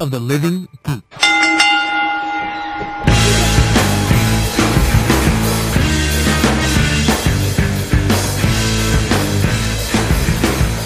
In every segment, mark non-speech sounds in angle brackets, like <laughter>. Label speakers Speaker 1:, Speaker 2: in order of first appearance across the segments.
Speaker 1: of the living poop.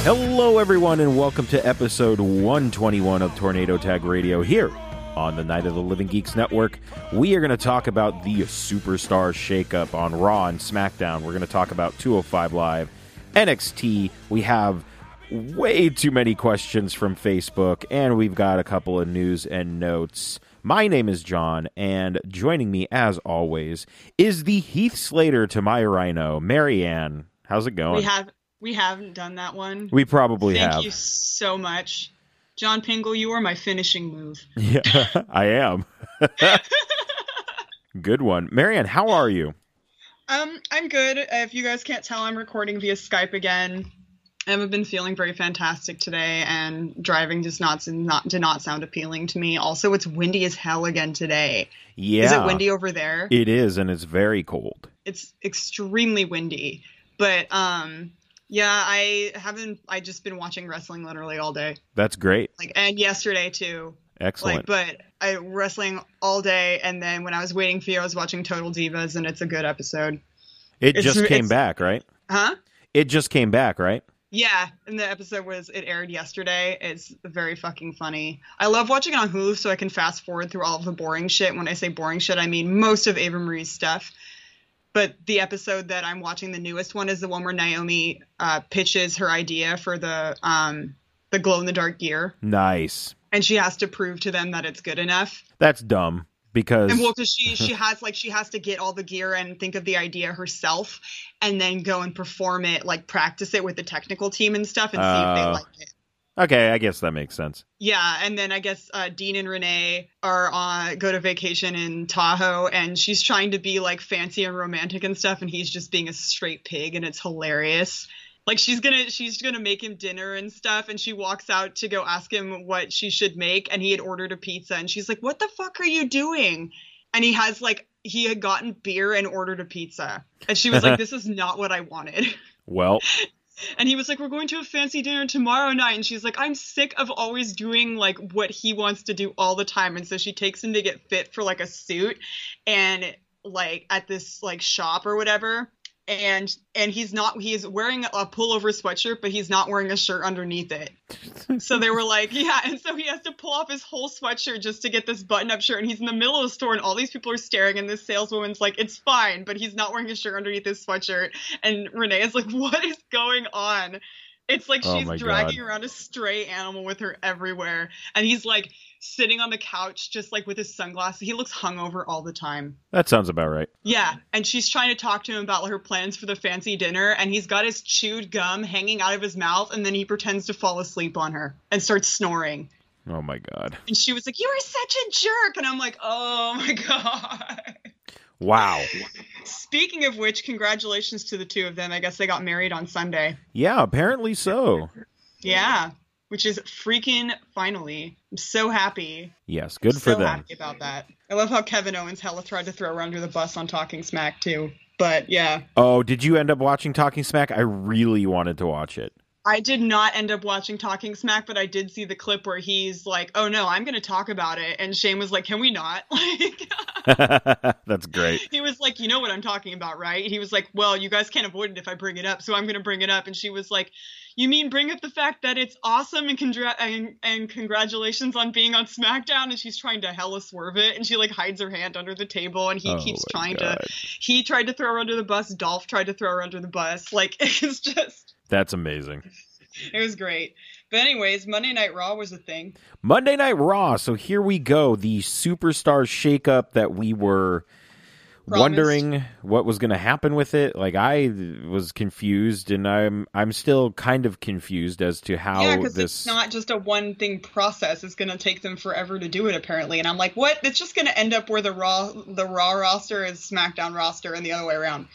Speaker 2: Hello, everyone, and welcome to episode 121 of Tornado Tag Radio here on the Night of the Living Geeks Network. We are going to talk about the superstar shakeup on Raw and SmackDown. We're going to talk about 205 Live, NXT. We have way too many questions from Facebook, and we've got a couple of news and notes. My name is John, and joining me, as always, is the Heath Slater to my rhino, Marianne. How's it going?
Speaker 3: We have we haven't done that one.
Speaker 2: We probably
Speaker 3: Thank
Speaker 2: have.
Speaker 3: you so much. John Pingle, you are my finishing move.
Speaker 2: Yeah, <laughs> I am. Good one. Marianne, how are you?
Speaker 3: Um, I'm good. If you guys can't tell, I'm recording via Skype again. I haven't been feeling very fantastic today, and driving does not, did not did not sound appealing to me. Also, it's windy as hell again today.
Speaker 2: Yeah.
Speaker 3: Is it windy over there?
Speaker 2: It is, and it's very cold.
Speaker 3: it's extremely windy. But um, yeah, I haven't. I just been watching wrestling literally all day,
Speaker 2: That's great.
Speaker 3: like and yesterday too.
Speaker 2: Excellent.
Speaker 3: Like, but I wrestling all day, and then when I was waiting for you, I was watching Total Divas, and it's a good episode.
Speaker 2: it
Speaker 3: it's-
Speaker 2: just came
Speaker 3: it's-
Speaker 2: back, right?
Speaker 3: Huh?
Speaker 2: It just came back, right?
Speaker 3: Yeah, and the episode was it aired yesterday. It's very fucking funny. I love watching it on Hulu, so I can fast forward through all of the boring shit. When I say boring shit, I mean most of Ava Marie's stuff. But the episode that I'm watching, the newest one, is the one where Naomi uh, pitches her idea for the um, the glow in the dark gear,
Speaker 2: Nice.
Speaker 3: and she has to prove to them that it's good enough.
Speaker 2: That's dumb because Uh-huh.
Speaker 3: And well, because she she has like she has to get all the gear and think of the idea herself, and then go and perform it, like practice it with the technical team and stuff, and see if they
Speaker 2: Oh.
Speaker 3: like it.
Speaker 2: okay, I guess that makes sense.
Speaker 3: Yeah, and then I guess uh, Dean and Renee are on go to vacation in Tahoe, and she's trying to be like fancy and romantic and stuff, and he's just being a straight pig, and it's hilarious. Like she's gonna she's gonna make him dinner and stuff, and she walks out to go ask him what she should make, and he had ordered a pizza, and she's like, "What the fuck are you doing?" And he has like he had gotten beer and ordered a pizza, and she was like, "This is not what I wanted."
Speaker 2: Well,
Speaker 3: And he was like, We're going to a fancy dinner tomorrow night. And she's like, I'm sick of always doing like what he wants to do all the time. And so she takes him to get fit for like a suit and like at this like shop or whatever. And and he's not he is wearing a pullover sweatshirt, but he's not wearing a shirt underneath it. so they were like, <laughs> Yeah, and so he has to pull off his whole sweatshirt just to get this button up shirt. And he's in the middle of the store and all these people are staring, and this saleswoman's like, It's fine, but he's not wearing a shirt underneath his sweatshirt and Renee is like, <laughs> "What is going on?" It's like
Speaker 2: Oh
Speaker 3: she's
Speaker 2: my
Speaker 3: dragging around a stray animal with her everywhere, and he's like sitting on the couch just like with his sunglasses. He looks hungover all the time.
Speaker 2: that sounds about right.
Speaker 3: Yeah, and she's trying to talk to him about her plans for the fancy dinner, and he's got his chewed gum hanging out of his mouth, and then he pretends to fall asleep on her and starts snoring.
Speaker 2: Oh my god.
Speaker 3: And she was like, "You are such a jerk," and I'm like, "Oh my <laughs> god."
Speaker 2: Wow.
Speaker 3: Speaking of which, congratulations to the two of them. I guess they got married on Sunday.
Speaker 2: Yeah, apparently so.
Speaker 3: Yeah, which is freaking finally. I'm so happy.
Speaker 2: Yes, good
Speaker 3: so
Speaker 2: for them.
Speaker 3: happy about that. I love how Kevin Owens hella tried to throw her under the bus on Talking Smack too. But yeah,
Speaker 2: Oh, did you end up watching Talking Smack? I really wanted to watch it. <laughs>
Speaker 3: I did not end up watching Talking Smack, but I did see the clip where he's like, "Oh no, I'm going to talk about it," and Shane was like, "Can we not?" <laughs> Like
Speaker 2: That's great.
Speaker 3: he was like, "You know what I'm talking about, right?" He was like, "Well, you guys can't avoid it if I bring it up, so I'm going to bring it up." And she was like, "You mean bring up the fact that it's awesome and, congra- and and congratulations on being on SmackDown?" And she's trying to hella swerve it, and she like hides her hand under the table, and he
Speaker 2: Oh
Speaker 3: keeps
Speaker 2: my
Speaker 3: trying
Speaker 2: God.
Speaker 3: to. He tried to throw her under the bus. Dolph tried to throw her under the bus. Like <laughs> it's just,
Speaker 2: That's amazing.
Speaker 3: <laughs> it was great. But anyways, Monday Night Raw was a thing.
Speaker 2: Monday Night Raw. So here we go. The superstar shakeup that we were
Speaker 3: Promised.
Speaker 2: wondering what was going to happen with it. Like I was confused, and I'm I'm still kind of confused as to how
Speaker 3: yeah, because
Speaker 2: this.
Speaker 3: it's not just a one thing process. It's going to take them forever to do it, apparently. And I'm like, what? It's just going to end up where the raw the raw roster is SmackDown roster, and the other way around.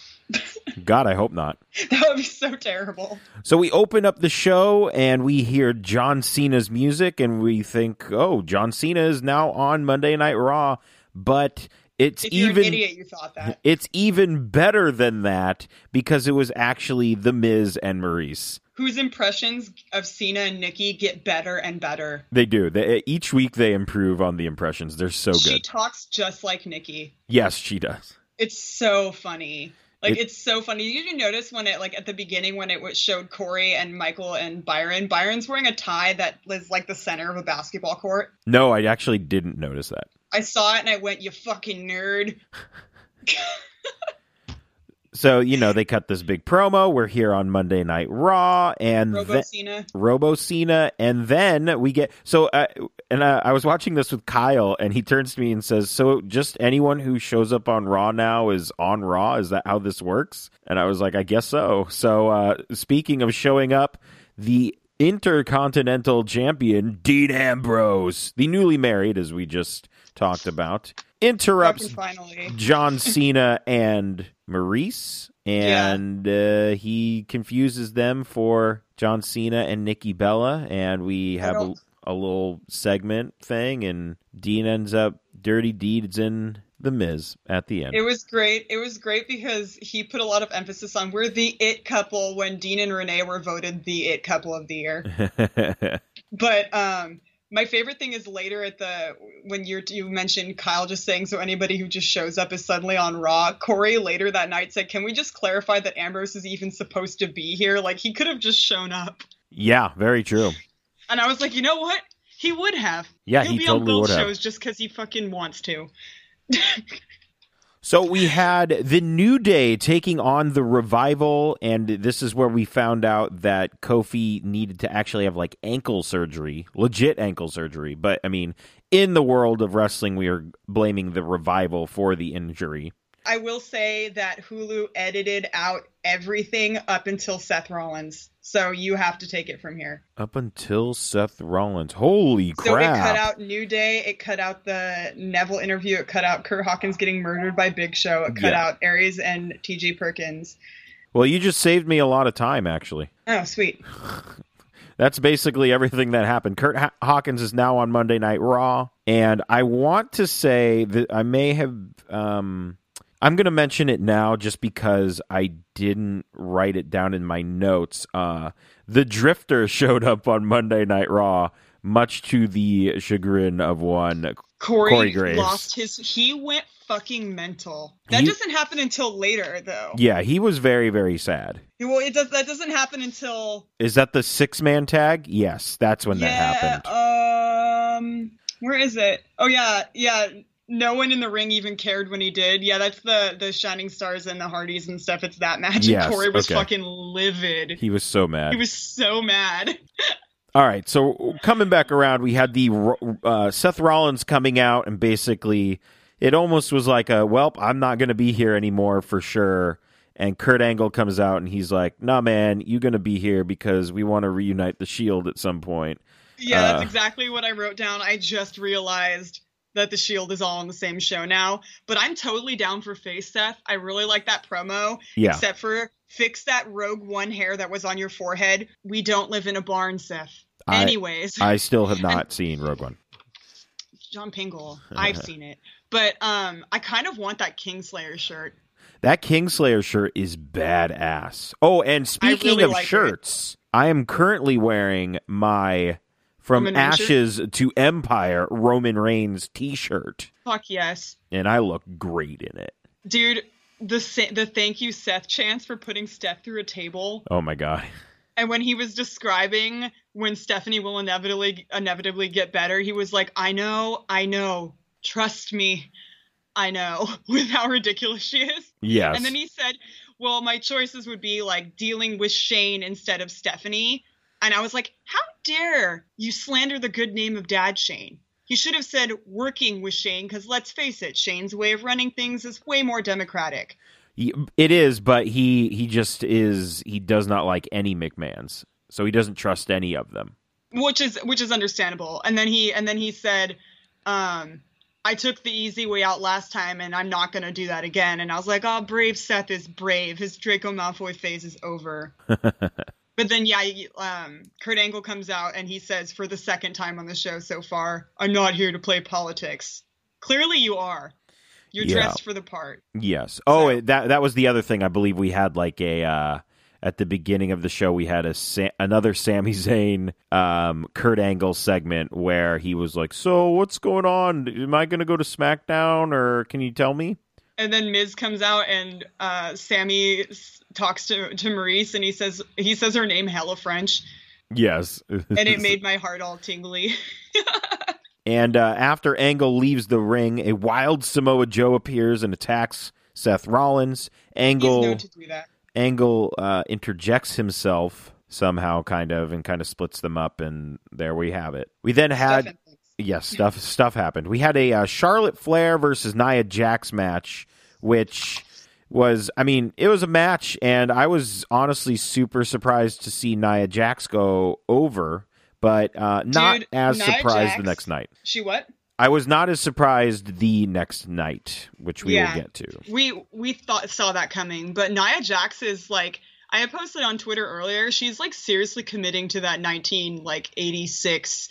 Speaker 3: <laughs>
Speaker 2: God, I hope not.
Speaker 3: That would be so terrible.
Speaker 2: So we open up the show and we hear John Cena's music, and we think, oh, John Cena is now on Monday Night Raw, but. It's
Speaker 3: If you're
Speaker 2: even
Speaker 3: an idiot, you thought that.
Speaker 2: It's even better than that because it was actually The Miz and Maurice.
Speaker 3: whose impressions of Cena and Nikki get better and better.
Speaker 2: They do. They, eh, each week they improve on the impressions. They're so good.
Speaker 3: She talks just like Nikki.
Speaker 2: yes, she does.
Speaker 3: It's so funny. Like
Speaker 2: It-
Speaker 3: it's so funny. Did you notice when it like at the beginning when it was showed Corey and Michael and Byron? Byron's wearing a tie that is like the center of a basketball court.
Speaker 2: No, I actually didn't notice that.
Speaker 3: I saw it and I went, "You fucking nerd."
Speaker 2: So, you know, they cut this big promo. We're here on Monday Night Raw and
Speaker 3: Robo
Speaker 2: the-
Speaker 3: Cena.
Speaker 2: Robo Cena, and then we get so. Uh, and uh, I was watching this with Kyle, and he turns to me and says, "So just anyone who shows up on Raw now is on Raw. Is that how this works?" And I was like, "I guess so." So uh, speaking of showing up, the Intercontinental Champion Dean Ambrose, the newly married, as we just talked about, interrupts
Speaker 3: Fucking finally.
Speaker 2: John Cena and Maurice,
Speaker 3: Yeah.
Speaker 2: and uh, he confuses them for John Cena and Nikki Bella, and we
Speaker 3: I
Speaker 2: have a,
Speaker 3: don't-
Speaker 2: a little segment thing, and Dean ends up dirty deeds in the Miz at the end.
Speaker 3: It was great. It was great because he put a lot of emphasis on we're the it couple when Dean and Renee were voted the it couple of the year. But um my favorite thing is later at the when you you mentioned Kyle just saying so anybody who just shows up is suddenly on Raw. Corey later that night said, "Can we just clarify that Ambrose is even supposed to be here? Like he could have just shown up."
Speaker 2: <laughs> yeah, very true.
Speaker 3: And I was like, "You know what? He would have.
Speaker 2: Yeah,
Speaker 3: He'll
Speaker 2: he
Speaker 3: be on
Speaker 2: totally
Speaker 3: both
Speaker 2: would have.
Speaker 3: shows just because he fucking wants to." <laughs>
Speaker 2: So we had the New Day taking on the Revival, and this is where we found out that Kofi needed to actually have like ankle surgery, legit ankle surgery. But I mean, in the world of wrestling, we are blaming the Revival for the injury.
Speaker 3: I will say that Hulu edited out everything up until Seth Rollins, so you have to take it from here.
Speaker 2: Up until Seth Rollins, holy
Speaker 3: So it cut
Speaker 2: crap!
Speaker 3: out New Day, it cut out the Neville interview, it cut out Kurt Hawkins getting murdered by Big Show, it cut
Speaker 2: Yeah.
Speaker 3: out Aries and T.J. Perkins.
Speaker 2: Well, you just saved me a lot of time, actually.
Speaker 3: Oh, sweet.
Speaker 2: That's basically everything that happened. Kurt H- Hawkins is now on Monday Night Raw, and I want to say that I may have. Um, I'm going to mention it now just because I didn't write it down in my notes. Uh, the Drifter <laughs> showed up on Monday Night Raw, much to the chagrin of one.
Speaker 3: Corey,
Speaker 2: Corey Graves.
Speaker 3: lost his. He went fucking mental. That
Speaker 2: He-
Speaker 3: doesn't happen until later, though.
Speaker 2: Yeah, he was very, very sad.
Speaker 3: Well, it does. That doesn't happen until.
Speaker 2: Is that the six man tag? Yes, that's when that happened.
Speaker 3: Um, where is it? Oh yeah, yeah. No one in the ring even cared when he did. Yeah, that's the the Shining Stars and the Hardys and stuff. It's that match.
Speaker 2: Yes,
Speaker 3: and Corey was
Speaker 2: okay.
Speaker 3: fucking livid.
Speaker 2: He was so mad.
Speaker 3: He was so mad.
Speaker 2: All right, so coming back around, we had the uh, Seth Rollins coming out, and basically, it almost was like a, "Well, I'm not going to be here anymore for sure." And Kurt Angle comes out, and he's like, "Nah, man, you're going to be here because we want to reunite the Shield at some point."
Speaker 3: Yeah,
Speaker 2: Uh.
Speaker 3: that's exactly what I wrote down. I just realized that the Shield is all on the same show now. But I'm totally down for face Seth. I really like that promo.
Speaker 2: Yeah,
Speaker 3: Except for fix that rogue one hair that was on your forehead. We don't live in a barn, Seth.
Speaker 2: I-
Speaker 3: Anyways.
Speaker 2: I still have not seen Rogue One.
Speaker 3: <laughs> John Pingle. I've seen it. But um I kind of want that Kingslayer shirt.
Speaker 2: That Kingslayer shirt is badass. Oh, and speaking
Speaker 3: really
Speaker 2: of
Speaker 3: like it.
Speaker 2: shirts, I am currently wearing my "From
Speaker 3: Roman Reigns shirt?
Speaker 2: Ashes to Empire" Roman Reigns T-shirt.
Speaker 3: Fuck yes.
Speaker 2: and I look great in it.
Speaker 3: Dude, the sa- the thank you Seth chance for putting Steph through a table
Speaker 2: Oh my god. <laughs>
Speaker 3: and when he was describing when Stephanie will inevitably inevitably get better, he was like, "I know, I know. Trust me. I know." <laughs> With how ridiculous she is.
Speaker 2: Yes.
Speaker 3: And then he said, "Well, my choices would be like dealing with Shane instead of Stephanie." And I was like, "How dare you slander the good name of Dad Shane?" You should have said working with Shane cuz let's face it, Shane's way of running things is way more democratic.
Speaker 2: He- it is, but he he just is he does not like any McMahons. So he doesn't trust any of them.
Speaker 3: which is which is understandable and then he and then he said um i took the easy way out last time and i'm not going to do that again and i was like oh brave seth is brave his draco malfoy phase is over but then yeah you- um kurt angle comes out and he says for the second time on the show so far i'm not here to play politics clearly you are you're
Speaker 2: Yeah.
Speaker 3: dressed for the part
Speaker 2: Yes. Oh,
Speaker 3: So-
Speaker 2: it- that that was the other thing I believe we had like a uh at the beginning of the show, we had a Sa- another Sami Zayn, um, Kurt Angle segment where he was like, "So what's going on? Am I going to go to SmackDown, or can you tell me?"
Speaker 3: And then Miz comes out and uh, Sammy s- talks to, to Maurice and he says he says her name hella French
Speaker 2: Yes,
Speaker 3: and
Speaker 2: <laughs>
Speaker 3: it made my heart all tingly. <laughs>
Speaker 2: And uh, after Angle leaves the ring, a wild Samoa Joe appears and attacks Seth Rollins. Angle
Speaker 3: He's known to do that.
Speaker 2: Angle uh, interjects himself somehow, kind of, and kind of splits them up, and there we have it. We then had
Speaker 3: Stuff happens.
Speaker 2: yes, stuff stuff happened. We had a uh, Charlotte Flair versus Nia Jax match, which was, I mean, it was a match, and I was honestly super surprised to see Nia Jax go over, but uh, not
Speaker 3: Dude,
Speaker 2: as
Speaker 3: Nia
Speaker 2: surprised the
Speaker 3: Jax-
Speaker 2: next night.
Speaker 3: She what?
Speaker 2: I was not as surprised the next night, which we
Speaker 3: Yeah.
Speaker 2: will get to.
Speaker 3: we we thought saw that coming, but Nia Jax is like I had posted on Twitter earlier. She's like seriously committing to that 19 like 86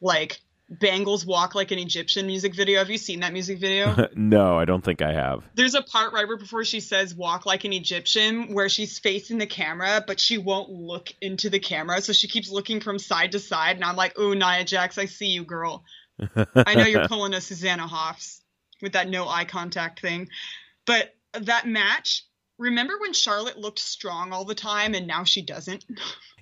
Speaker 3: like Bangles walk like an Egyptian music video. Have you seen that music video?
Speaker 2: no, I don't think I have.
Speaker 3: There's a part right before she says walk like an Egyptian where she's facing the camera, but she won't look into the camera. So she keeps looking from side to side. And I'm like, oh, Nia Jax, I see you, girl. I know you're pulling a Susanna Hoffs with that no eye contact thing. But that match, remember when Charlotte looked strong all the time and now she doesn't?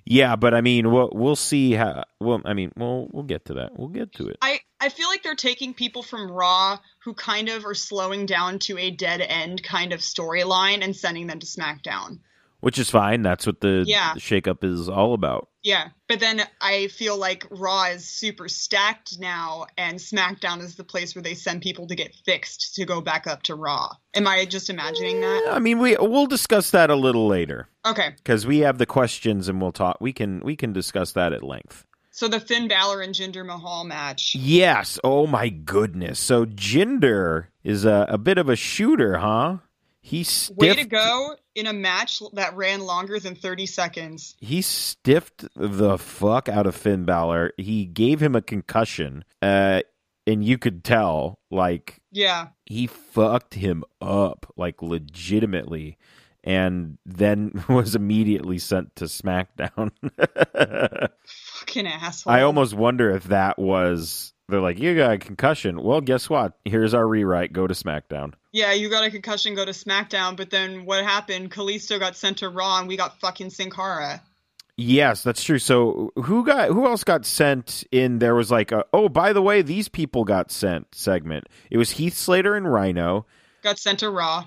Speaker 2: Yeah, but I mean, we'll we'll see how. Well, I mean, we'll we'll get to that. We'll get to it.
Speaker 3: I, I feel like they're taking people from Raw who kind of are slowing down to a dead end kind of storyline and sending them to SmackDown.
Speaker 2: Which is fine. That's what the,
Speaker 3: Yeah.
Speaker 2: the shakeup is all about.
Speaker 3: Yeah, but then I feel like Raw is super stacked now, and SmackDown is the place where they send people to get fixed to go back up to Raw. Am I just imagining that?
Speaker 2: I mean, we we'll discuss that a little later
Speaker 3: Okay,
Speaker 2: because we have the questions and we'll talk. We can we can discuss that at length.
Speaker 3: so the Finn Balor and Jinder Mahal match.
Speaker 2: Yes. Oh my goodness. So Jinder is a, a bit of a shooter, huh? He stiffed,
Speaker 3: Way to go in a match that ran longer than 30 seconds.
Speaker 2: He stiffed the fuck out of Finn Balor. He gave him a concussion, uh, and you could tell, like
Speaker 3: Yeah,
Speaker 2: he fucked him up, like legitimately, and then <laughs> was immediately sent to SmackDown. <laughs>
Speaker 3: fucking asshole.
Speaker 2: I almost wonder if that was they're like, you got a concussion. Well, guess what? Here's our rewrite. Go to SmackDown.
Speaker 3: Yeah, you got a concussion, go to SmackDown, but then what happened? Kalisto got sent to Raw, and we got fucking Sin Cara.
Speaker 2: Yes, that's true. So who got who else got sent in? There was like a oh by the way these people got sent segment. It was Heath Slater and Rhino,
Speaker 3: Got sent to Raw.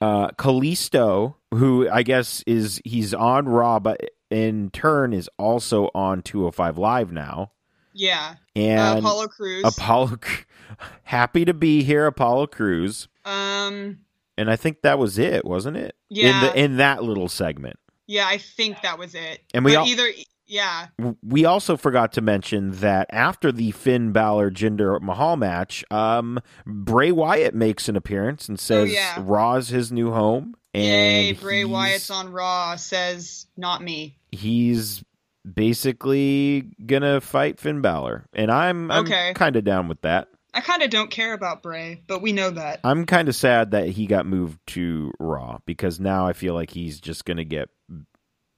Speaker 2: uh, Kalisto, who I guess is he's on Raw, but in turn is also on 205 Live now,
Speaker 3: Yeah. Uh,
Speaker 2: and
Speaker 3: Apollo Crews.
Speaker 2: Apollo <laughs> happy to be here, Apollo Cruz,
Speaker 3: um.
Speaker 2: and I think that was it, wasn't it?
Speaker 3: Yeah.
Speaker 2: in the in that little segment.
Speaker 3: Yeah, I think that was it.
Speaker 2: And we
Speaker 3: But
Speaker 2: all-
Speaker 3: either yeah,
Speaker 2: we also forgot to mention that after the Finn Balor Jinder Mahal match, um, Bray Wyatt makes an appearance and says
Speaker 3: Oh, yeah.
Speaker 2: Raw's his new home. And
Speaker 3: yay, Bray
Speaker 2: he's-
Speaker 3: Wyatt's on Raw says not me.
Speaker 2: He's basically gonna fight Finn Balor, and I'm, I'm
Speaker 3: Okay.
Speaker 2: kind of down with that.
Speaker 3: I kind of don't care about Bray, but we know that.
Speaker 2: I'm kind of sad that he got moved to Raw because now I feel like he's just gonna get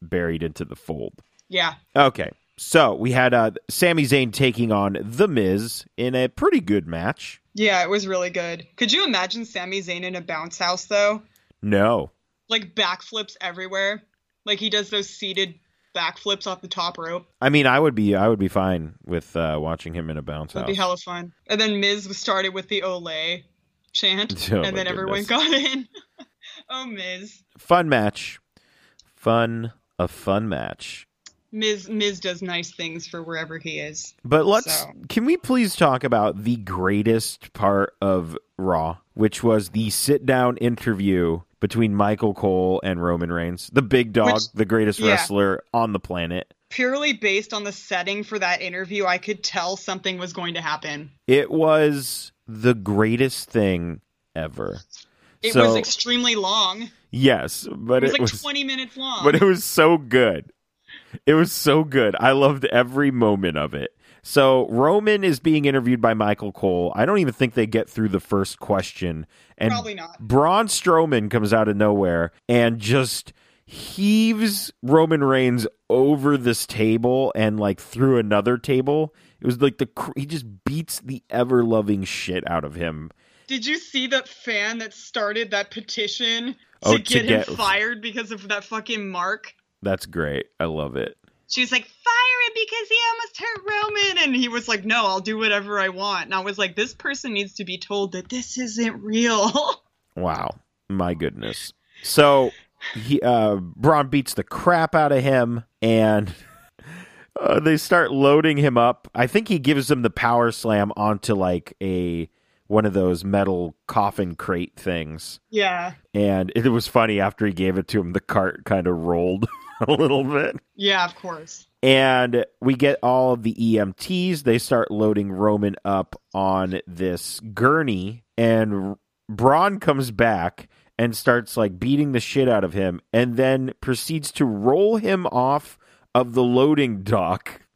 Speaker 2: buried into the fold.
Speaker 3: Yeah.
Speaker 2: Okay. So we had uh, Sami Zayn taking on The Miz in a pretty good match.
Speaker 3: Yeah, it was really good. Could you imagine Sami Zayn in a bounce house though?
Speaker 2: No.
Speaker 3: Like backflips everywhere. Like he does those seated backflips off the top rope.
Speaker 2: I mean, I would be I would be fine with uh, watching him in a bounce
Speaker 3: That'd
Speaker 2: house.
Speaker 3: be hella fun. And then Miz was started with the Olay chant,
Speaker 2: <laughs> Oh, my
Speaker 3: and then everyone
Speaker 2: goodness.
Speaker 3: got in. <laughs> oh, Miz.
Speaker 2: fun match. Fun a fun match.
Speaker 3: Miz Miz does nice things for wherever he is.
Speaker 2: But let's
Speaker 3: So-
Speaker 2: can we please talk about the greatest part of Raw, which was the sit down interview between Michael Cole and Roman Reigns, the big dog,
Speaker 3: Which-
Speaker 2: the greatest
Speaker 3: yeah.
Speaker 2: wrestler on the planet.
Speaker 3: purely based on the setting for that interview, I could tell something was going to happen.
Speaker 2: It was the greatest thing ever.
Speaker 3: It
Speaker 2: so
Speaker 3: was extremely long.
Speaker 2: yes, but
Speaker 3: It was
Speaker 2: it
Speaker 3: like
Speaker 2: was
Speaker 3: 20 minutes long.
Speaker 2: but it was so good. It was so good. I loved every moment of it. So Roman is being interviewed by Michael Cole. I don't even think they get through the first question, and
Speaker 3: Probably not.
Speaker 2: Braun Strowman comes out of nowhere and just heaves Roman Reigns over this table and like through another table. It was like the cr- he just beats the ever loving shit out of him.
Speaker 3: Did you see that fan that started that petition to,
Speaker 2: Oh, to
Speaker 3: get, him
Speaker 2: get-
Speaker 3: fired because of that fucking mark?
Speaker 2: That's great. I love it.
Speaker 3: She was like, fire him because he almost hurt Roman. And he was like, no, I'll do whatever I want. And I was like, this person needs to be told that this isn't real. <laughs>
Speaker 2: Wow. My goodness. So he uh Braun beats the crap out of him and <laughs> uh, they start loading him up. I think he gives him the power slam onto like a one of those metal coffin crate things.
Speaker 3: yeah.
Speaker 2: And it was funny after he gave it to him the cart kind of rolled <laughs> a little bit.
Speaker 3: Yeah, of course.
Speaker 2: And we get all of the EMTs. They start loading Roman up on this gurney, and Braun comes back and starts like beating the shit out of him, and then proceeds to roll him off of the loading dock. <laughs>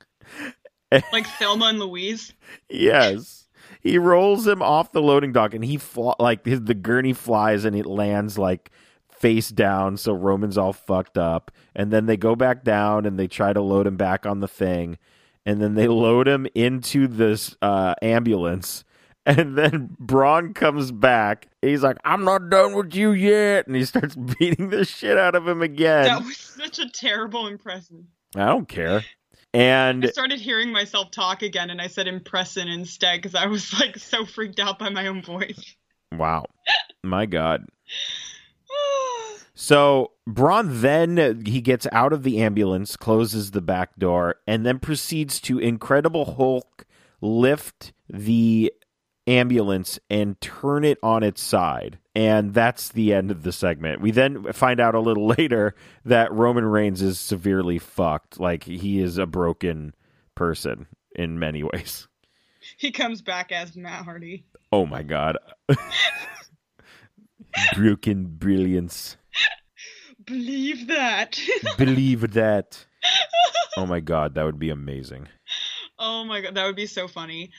Speaker 3: Like Thelma and Louise.
Speaker 2: Yes. He rolls him off the loading dock and he fl- like his, the gurney flies and it lands like face down so Roman's all fucked up and then they go back down and they try to load him back on the thing and then they load him into this uh ambulance <laughs> and then Braun comes back. He's like, "I'm not done with you yet," and he starts <laughs> beating the shit out of him again.
Speaker 3: that was such a terrible impression.
Speaker 2: I don't care.
Speaker 3: I
Speaker 2: And
Speaker 3: started hearing myself talk again and I said impression instead because I was like so freaked out by my own voice.
Speaker 2: wow, my god, So Braun then uh, he gets out of the ambulance, closes the back door, and then proceeds to Incredible Hulk lift the ambulance and turn it on its side. And that's the end of the segment. We then find out a little <laughs> later that Roman Reigns is severely fucked. Like he is a broken person in many ways.
Speaker 3: he comes back as Matt Hardy.
Speaker 2: Oh my god. <laughs> broken brilliance.
Speaker 3: Believe that. <laughs>
Speaker 2: Believe that. Oh my god, that would be amazing. <laughs>
Speaker 3: oh my god, that would be so funny.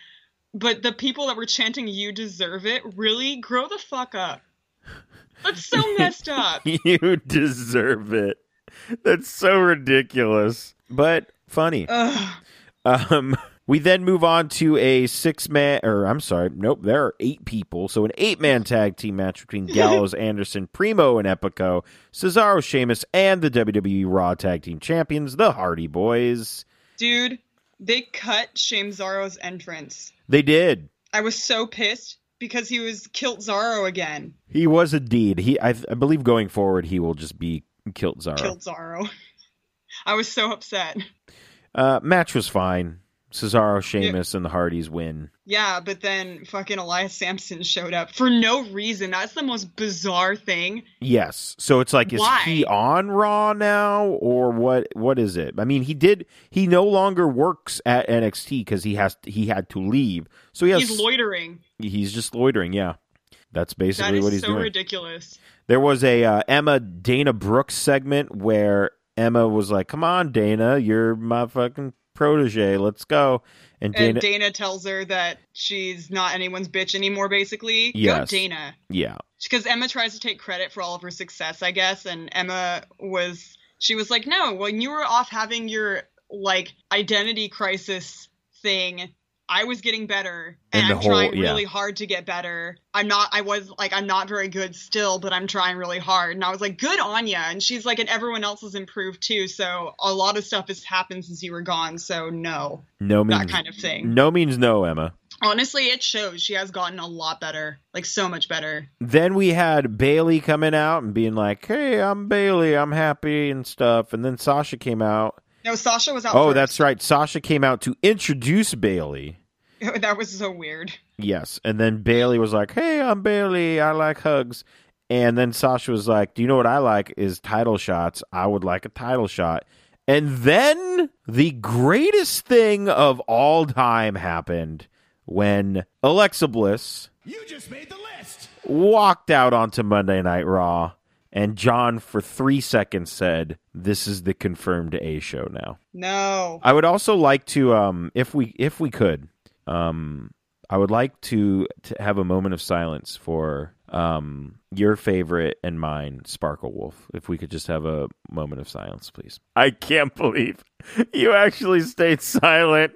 Speaker 3: But the people that were chanting you deserve it really grow the fuck up. That's so messed up.
Speaker 2: You deserve it. That's so ridiculous, but funny.
Speaker 3: Ugh.
Speaker 2: Um we then move on to a six man or I'm sorry, nope, there are eight people. So an eight man tag team match between Gallows, Anderson, Primo, and Epico, Cesaro, Sheamus, and the WWE Raw Tag Team Champions, the Hardy Boys.
Speaker 3: Dude, they cut Shame Zaro's entrance.
Speaker 2: They did.
Speaker 3: I was so pissed because he was Kilt Zaro again.
Speaker 2: He was indeed. He I, I believe going forward he will just be Kilt Zara.
Speaker 3: Kilt Zaro. <laughs> I was so upset.
Speaker 2: Uh, match was fine. Cesaro, Sheamus, and the Hardys win.
Speaker 3: Yeah, but then fucking Elias Sampson showed up for no reason. That's the most bizarre thing.
Speaker 2: Yes. So it's like, is
Speaker 3: Why?
Speaker 2: he on Raw now, or what? What is it? I mean, he did. He no longer works at NXT because he has he had to leave. So he has
Speaker 3: He's loitering.
Speaker 2: he's just loitering. Yeah, that's
Speaker 3: That
Speaker 2: basically
Speaker 3: is
Speaker 2: what he's
Speaker 3: so
Speaker 2: doing.
Speaker 3: ridiculous.
Speaker 2: There was a uh, Emma Dana Brooks segment where Emma was like, "Come on, Dana, you're my fucking protege. Let's go." And Dana,
Speaker 3: And Dana tells her that she's not anyone's bitch anymore, basically.
Speaker 2: Yes.
Speaker 3: Go Dana.
Speaker 2: yeah,
Speaker 3: Because Emma tries to take credit for all of her success, I guess. And Emma was, she was like, no, when you were off having your, like, identity crisis thing, I was getting better. And,
Speaker 2: And the
Speaker 3: I'm trying
Speaker 2: whole- yeah.
Speaker 3: really hard to get better. I'm not, I was, like, I'm not very good still, but I'm trying really hard. And I was like, good on ya. And she's like, and everyone else has improved too. So a lot of stuff has happened since you were gone. So no,
Speaker 2: no
Speaker 3: that
Speaker 2: means
Speaker 3: kind of thing.
Speaker 2: no means no, Emma.
Speaker 3: Honestly, it shows she has gotten a lot better, like so much better.
Speaker 2: then we had Bailey coming out and being like, "Hey, I'm Bailey. I'm happy and stuff." And then Sasha came out.
Speaker 3: No, Sasha was out.
Speaker 2: Oh,
Speaker 3: first.
Speaker 2: that's right. Sasha came out to introduce Bailey.
Speaker 3: <laughs> that was so weird.
Speaker 2: Yes. And then Bailey was like, "Hey, I'm Bailey. I like hugs." And then Sasha was like, "Do you know what I like is title shots. I would like a title shot." And then the greatest thing of all time happened when Alexa Bliss
Speaker 1: You just made the list.
Speaker 2: walked out onto Monday Night Raw, and John, for three seconds, said, "This is the confirmed A show now."
Speaker 3: No,
Speaker 2: I would also like to, um, if we if we could, um, I would like to, to have a moment of silence for um, your favorite and mine, Sparkle Wolf. If we could just have a moment of silence, please.
Speaker 1: I can't believe you actually stayed silent.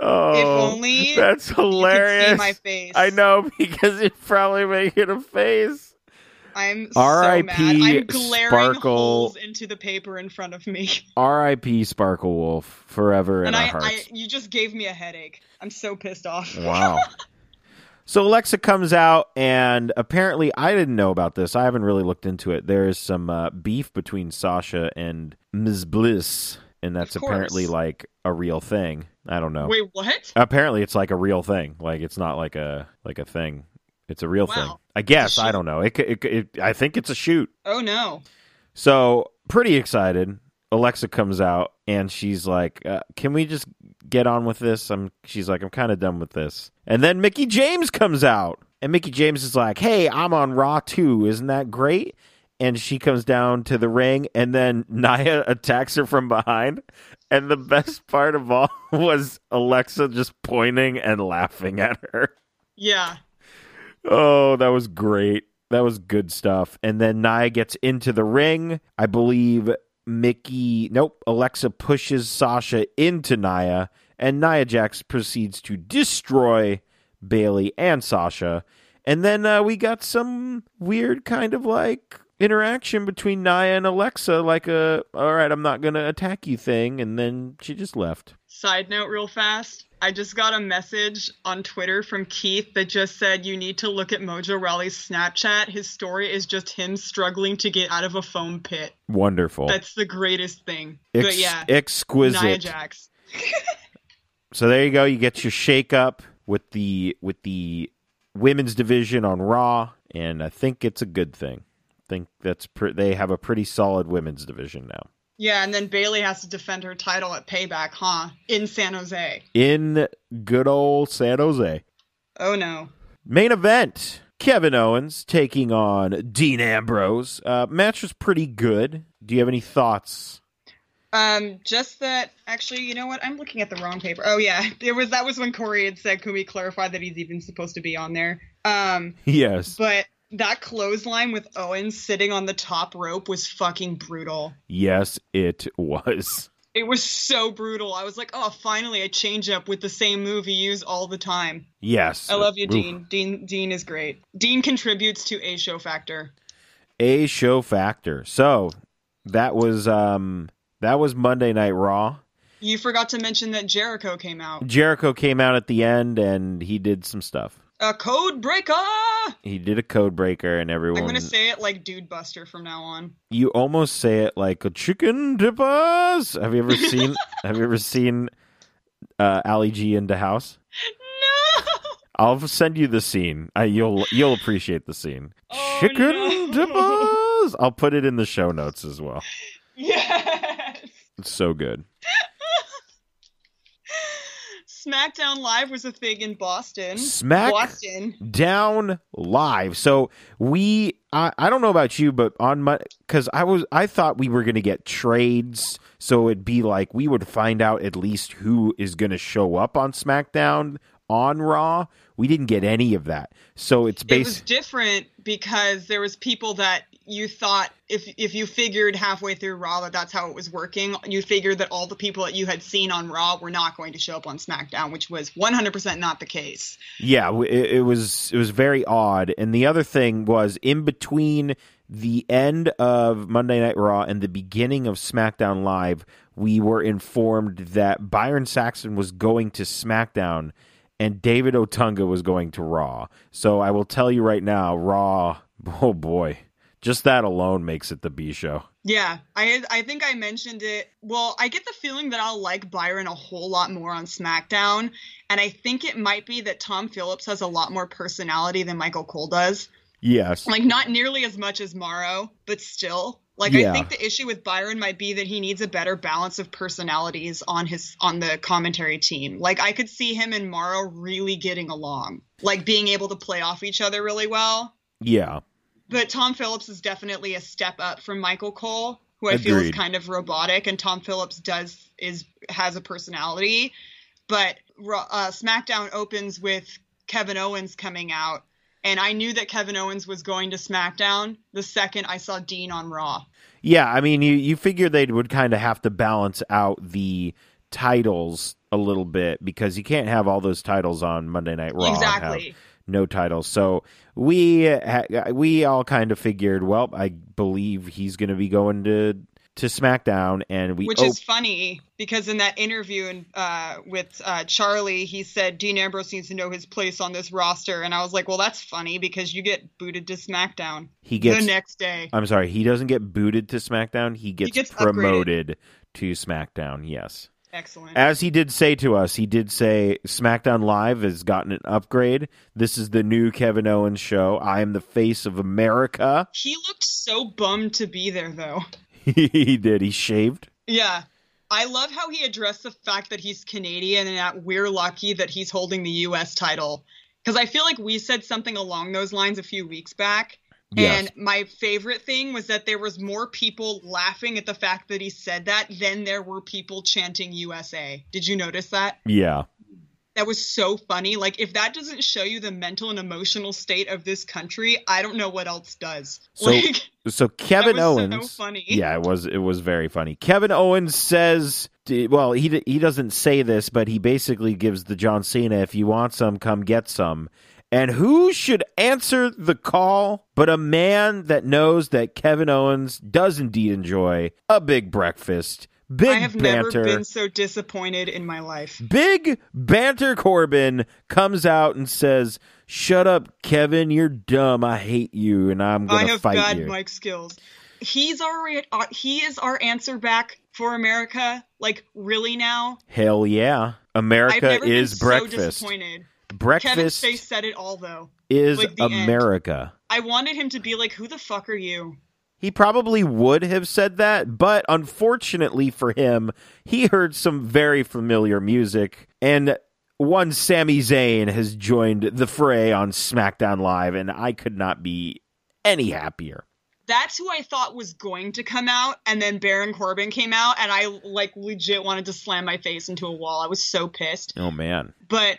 Speaker 1: Oh,
Speaker 3: if only
Speaker 1: that's hilarious!
Speaker 3: You could see my face.
Speaker 1: I know <laughs> because you're probably making a face.
Speaker 3: I'm
Speaker 2: R.I.P.
Speaker 3: so mad. I'm glaring
Speaker 2: Sparkle.
Speaker 3: holes into the paper in front of me,
Speaker 2: R.I.P. Sparkle Wolf, forever in
Speaker 3: and
Speaker 2: our
Speaker 3: I, I,
Speaker 2: hearts.
Speaker 3: you just gave me a headache. I'm so pissed off.
Speaker 2: Wow. so Alexa comes out, and apparently, I didn't know about this. I haven't really looked into it. There is some uh, beef between Sasha and Ms. Bliss, and that's
Speaker 3: Of course.
Speaker 2: apparently like a real thing. I don't know.
Speaker 3: Wait, what?
Speaker 2: apparently it's like a real thing like it's not like a like a thing it's a real
Speaker 3: Wow.
Speaker 2: thing i guess i
Speaker 3: shoot.
Speaker 2: don't know it, c- it, c- it i think it's a shoot
Speaker 3: Oh no!
Speaker 2: so pretty excited alexa comes out and she's like uh, can we just get on with this i'm she's like i'm kind of done with this and then mickey james comes out and mickey james is like hey i'm on raw too isn't that great and she comes down to the ring and then <laughs> Naya attacks her from behind. And the best part of all <laughs> was Alexa just pointing and laughing at her.
Speaker 3: Yeah,
Speaker 2: Oh, that was great. That was good stuff. And then Naya gets into the ring. I believe Mickey, nope, Alexa pushes Sasha into Naya, and Nia Jax proceeds to destroy Bailey and Sasha. And then uh, we got some weird kind of like interaction between Naya and Alexa, like a all right, I'm not gonna attack you thing, and then she just left.
Speaker 3: Side note, real fast. I just got a message on Twitter from Keith that just said you need to look at Mojo Rawley's Snapchat. His story is just him struggling to get out of a foam pit.
Speaker 2: Wonderful,
Speaker 3: That's the greatest thing. but
Speaker 2: Ex-
Speaker 3: yeah,
Speaker 2: exquisite.
Speaker 3: Nia Jax.
Speaker 2: So there you go. You get your shake up with the with the women's division on Raw, and I think it's a good thing. I think that's pre- they have a pretty solid women's division now
Speaker 3: Yeah, and then Bailey has to defend her title at Payback, huh? In San Jose.
Speaker 2: in good old San Jose.
Speaker 3: Oh no.
Speaker 2: Main event: Kevin Owens taking on Dean Ambrose. Uh, match was pretty good. Do you have any thoughts? <laughs>
Speaker 3: Um, just that. Actually, you know what? I'm looking at the wrong paper. Oh yeah, <laughs> there was that was when Corey had said, "Can we clarify that he's even supposed to be on there?" Um,
Speaker 2: Yes,
Speaker 3: but that clothesline with Owen sitting on the top rope was fucking brutal.
Speaker 2: yes, it was.
Speaker 3: It was so brutal. I was like, "Oh, finally a change up with the same move you use all the time."
Speaker 2: Yes,
Speaker 3: I love you,
Speaker 2: Oof.
Speaker 3: Dean. Dean Dean is great. Dean contributes to a show factor.
Speaker 2: a show factor. So that was um that was Monday Night Raw.
Speaker 3: You forgot to mention that Jericho came out.
Speaker 2: Jericho came out at the end and he did some stuff.
Speaker 3: A code breaker.
Speaker 2: He did a code breaker and everyone
Speaker 3: I'm gonna say it like Dude Buster from now on.
Speaker 2: you almost say it like a chicken dippers. Have
Speaker 3: <laughs>
Speaker 2: you ever seen have you ever seen uh Ali G into house?
Speaker 3: <laughs> No.
Speaker 2: I'll send you the scene. I, you'll you'll appreciate the scene.
Speaker 3: <laughs> Oh,
Speaker 2: chicken
Speaker 3: no.
Speaker 2: dippers. I'll put it in the show notes as well.
Speaker 3: Yes.
Speaker 2: It's so good.
Speaker 3: SmackDown Live was a thing in Boston.
Speaker 2: Smack
Speaker 3: Boston.
Speaker 2: down live. So we, I, I don't know about you, but on my, because I was, I thought we were going to get trades. So it'd be like we would find out at least who is going to show up on SmackDown on Raw. We didn't get any of that. So it's
Speaker 3: It was
Speaker 2: based.
Speaker 3: different because there was people that you thought if if you figured halfway through Raw that that's how it was working, you figured that all the people that you had seen on Raw were not going to show up on SmackDown, which was 100% not the case.
Speaker 2: Yeah, w- it, it was it was very odd. And the other thing was in between the end of Monday Night Raw and the beginning of SmackDown Live, we were informed that Byron Saxon was going to SmackDown and David Otunga was going to Raw. So I will tell you right now, Raw, <laughs> oh boy, just that alone makes it the B show.
Speaker 3: Yeah, I I think I mentioned it. Well, I get the feeling that I'll like Byron a whole lot more on SmackDown, and I think it might be that Tom Phillips has a lot more personality than Michael Cole does.
Speaker 2: Yes.
Speaker 3: Like not nearly as much as Morrow, but still. Like
Speaker 2: Yeah.
Speaker 3: I think the issue with Byron might be that he needs a better balance of personalities on his on the commentary team. Like I could see him and Morrow really getting along, like being able to play off each other really well
Speaker 2: Yeah.
Speaker 3: but Tom Phillips is definitely a step up from Michael Cole, who I feel is
Speaker 2: Agreed.
Speaker 3: kind of robotic, and Tom Phillips does is has a personality. But Ra- uh, SmackDown opens with Kevin Owens coming out, And I knew that Kevin Owens was going to SmackDown the second I saw Dean on Raw.
Speaker 2: Yeah, I mean, you, you figure they would kind of have to balance out the titles a little bit because you can't have all those titles on Monday Night Raw. and have
Speaker 3: exactly.
Speaker 2: no titles. So we ha- we all kind of figured, well, I believe he's going to be going to to SmackDown, and we
Speaker 3: Which
Speaker 2: oh,
Speaker 3: is funny because in that interview in, uh, with uh, Charlie, he said Dean Ambrose needs to know his place on this roster. And I was like, well, that's funny because you get booted to SmackDown
Speaker 2: he gets.
Speaker 3: the next day.
Speaker 2: I'm sorry, he doesn't get booted to SmackDown. He gets,
Speaker 3: gets upgraded.
Speaker 2: promoted to SmackDown. Yes,
Speaker 3: Excellent.
Speaker 2: as he did say to us, he did say SmackDown Live has gotten an upgrade. This is the new Kevin Owens show. I am the face of America. <laughs>
Speaker 3: he looked so bummed to be there, though. <laughs>
Speaker 2: he did. He shaved.
Speaker 3: Yeah. I love how he addressed the fact that he's Canadian and that we're lucky that he's holding the US title. Because I feel like we said something along those lines a few weeks back.
Speaker 2: Yes.
Speaker 3: And my favorite thing was that there was more people laughing at the fact that he said that than there were people chanting USA. Did you notice that?
Speaker 2: Yeah.
Speaker 3: That was so funny. Like if that doesn't show you the mental and emotional state of this country, I don't know what else does.
Speaker 2: So-
Speaker 3: <laughs> like
Speaker 2: So Kevin
Speaker 3: that was
Speaker 2: Owens.
Speaker 3: so funny.
Speaker 2: <laughs> Yeah, it was it was very funny. Kevin Owens says, well, he d- he doesn't say this, but he basically gives the John Cena, if you want some, come get some. And who should answer the call but a man that knows that Kevin Owens does indeed enjoy a big breakfast, big
Speaker 3: I have
Speaker 2: banter.
Speaker 3: never been so disappointed in my life.
Speaker 2: Big Banter Corbin comes out and says, "Shut up, Kevin. You're dumb. I hate you, and I'm
Speaker 3: I
Speaker 2: gonna
Speaker 3: have
Speaker 2: fight
Speaker 3: bad
Speaker 2: you."
Speaker 3: mic skills. He's our uh, he is our answer back for America. Like really now,
Speaker 2: Hell yeah,
Speaker 3: I've
Speaker 2: America
Speaker 3: never
Speaker 2: is
Speaker 3: been so
Speaker 2: breakfast.
Speaker 3: disappointed. Kevin
Speaker 2: breakfast
Speaker 3: Space said it all though.
Speaker 2: is
Speaker 3: like the end.
Speaker 2: America.
Speaker 3: I wanted him to be like, "Who the fuck are you?"
Speaker 2: He probably would have said that, but unfortunately for him, he heard some very familiar music and one Sami Zayn has joined the fray on SmackDown Live and I could not be any happier.
Speaker 3: That's who I thought was going to come out, and then Baron Corbin came out, and I like legit wanted to slam my face into a wall. I was so pissed.
Speaker 2: Oh man.
Speaker 3: But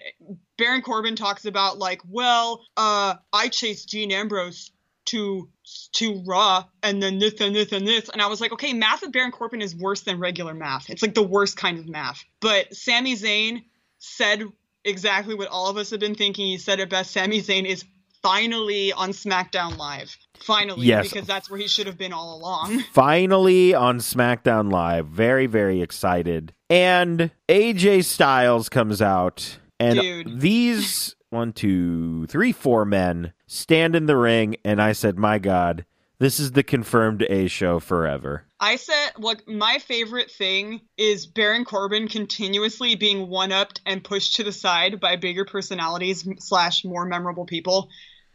Speaker 3: Baron Corbin talks about like, well, uh, I chased Gene Ambrose to to Raw, and then this and this and this, and I was like, okay, math with Baron Corbin is worse than regular math. It's like the worst kind of math. But Sami Zayn said exactly what all of us have been thinking. He said it best. Sami Zayn is finally on SmackDown Live. Finally,
Speaker 2: Yes.
Speaker 3: because that's where he should have been all along.
Speaker 2: Finally on SmackDown Live. Very, very excited. And AJ Styles comes out, and
Speaker 3: Dude.
Speaker 2: these one, two, three, four men stand in the ring, and I said, My God, this is the confirmed A show forever.
Speaker 3: I said, look, my favorite thing is Baron Corbin continuously being one upped and pushed to the side by bigger personalities slash more memorable people.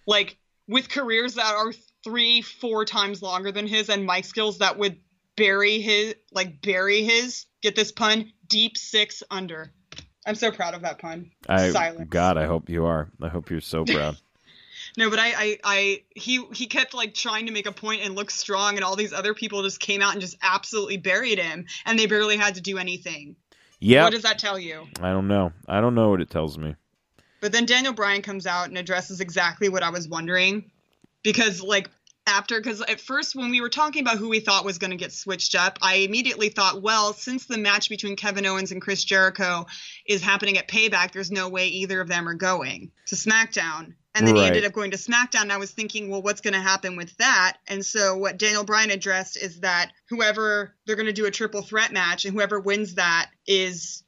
Speaker 3: Like, with careers that are three, four times longer than his and mic skills that would bury his, like, bury his, get this pun, deep six under. I'm so proud of that pun.
Speaker 2: I
Speaker 3: Silence.
Speaker 2: God, I hope you are. I hope you're
Speaker 3: <laughs>
Speaker 2: so proud.
Speaker 3: No, but I, I, I, he, he kept like trying to make a point and look strong, and all these other people just came out and just absolutely buried him, and they barely had to do anything.
Speaker 2: yeah.
Speaker 3: What does that tell you?
Speaker 2: I don't know. I don't know what it tells me.
Speaker 3: But then Daniel Bryan comes out and addresses exactly what I was wondering. Because, like, after, because at first when we were talking about who we thought was going to get switched up, I immediately thought, well, since the match between Kevin Owens and Chris Jericho is happening at Payback, there's no way either of them are going to SmackDown. And then he
Speaker 2: Right.
Speaker 3: ended up going to SmackDown. And I was thinking, well, what's going to happen with that? And so what Daniel Bryan addressed is that whoever they're going to do a triple threat match, and whoever wins that is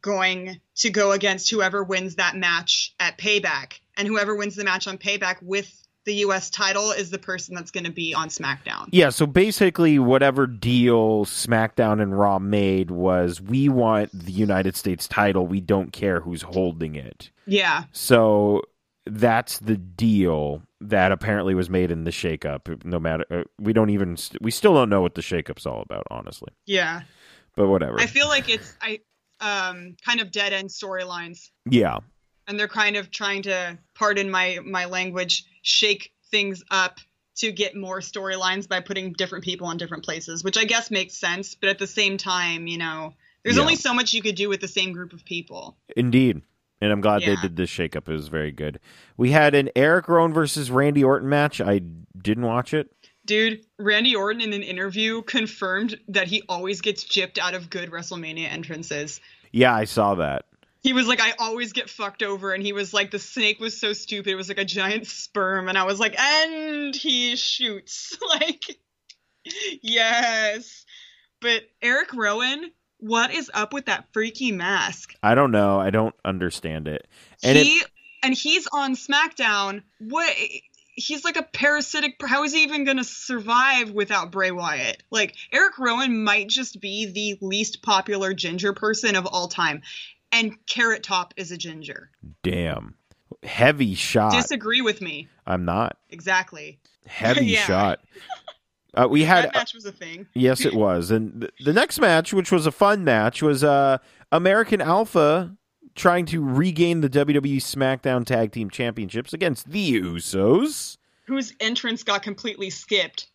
Speaker 3: going to go against whoever wins that match at Payback. And whoever wins the match on Payback with the US title is the person that's going to be on SmackDown.
Speaker 2: Yeah, so basically, whatever deal SmackDown and Raw made was we want the United States title. We don't care who's holding it.
Speaker 3: Yeah.
Speaker 2: So that's the deal that apparently was made in the shakeup. No matter, uh, we don't even, st- we still don't know what the shakeup's all about, honestly.
Speaker 3: Yeah.
Speaker 2: But whatever.
Speaker 3: I feel like it's I um kind of dead end storylines
Speaker 2: yeah.
Speaker 3: and they're kind of trying to pardon my my language shake things up to get more storylines by putting different people in different places, which I guess makes sense, but at the same time, you know, there's
Speaker 2: Yeah.
Speaker 3: only so much you could do with the same group of people.
Speaker 2: Indeed. And I'm glad they
Speaker 3: Yeah.
Speaker 2: did this shakeup. It was very good. We had an Eric Rowan versus Randy Orton match. I didn't watch it.
Speaker 3: Dude, Randy Orton in an interview confirmed that he always gets gypped out of good WrestleMania entrances.
Speaker 2: Yeah, I saw that.
Speaker 3: He was like, I always get fucked over. And he was like, the snake was so stupid. It was like a giant sperm. And I was like, and he shoots. <laughs> like, yes. But Eric Rowan, what is up with that freaky mask?
Speaker 2: I don't know. I don't understand it. And it,
Speaker 3: he and he's on SmackDown. What he's like a parasitic. How is he even going to survive without Bray Wyatt? Like Eric Rowan might just be the least popular ginger person of all time, and Carrot Top is a ginger.
Speaker 2: damn, heavy shot.
Speaker 3: Disagree with me
Speaker 2: I'm not
Speaker 3: exactly.
Speaker 2: heavy
Speaker 3: <laughs> Yeah.
Speaker 2: shot. Uh, we had
Speaker 3: that match was a thing.
Speaker 2: Yes,
Speaker 3: <laughs>
Speaker 2: it was. And th- the next match, which was a fun match, was uh, American Alpha trying to regain the WWE SmackDown Tag Team Championships against the Usos.
Speaker 3: Whose entrance got completely skipped.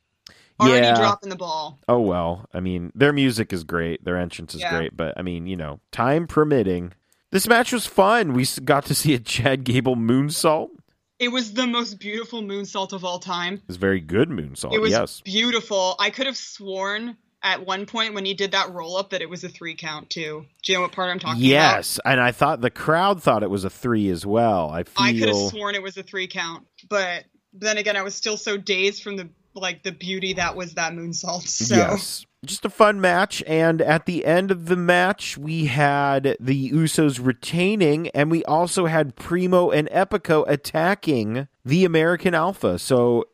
Speaker 3: Already
Speaker 2: Yeah.
Speaker 3: dropping the ball.
Speaker 2: Oh, well. I mean, their music is great. Their entrance is
Speaker 3: Yeah.
Speaker 2: great. But, I mean, you know, time permitting. This match was fun. We s- got to see a Chad Gable moonsault.
Speaker 3: It was the most beautiful moonsault of all time.
Speaker 2: It was a very good moonsault.
Speaker 3: It was
Speaker 2: Oh, yes.
Speaker 3: beautiful. I could have sworn at one point when he did that roll up that it was a three count too. Do you know what part I'm talking about?
Speaker 2: Yes. And I thought the crowd thought it was a three as well. I feel.
Speaker 3: I could have sworn it was a three count, but then again, I was still so dazed from the like the beauty that was that moonsault. So
Speaker 2: Yes. Just a fun match. And at the end of the match, we had the Usos retaining, and we also had Primo and Epico attacking the American Alpha. So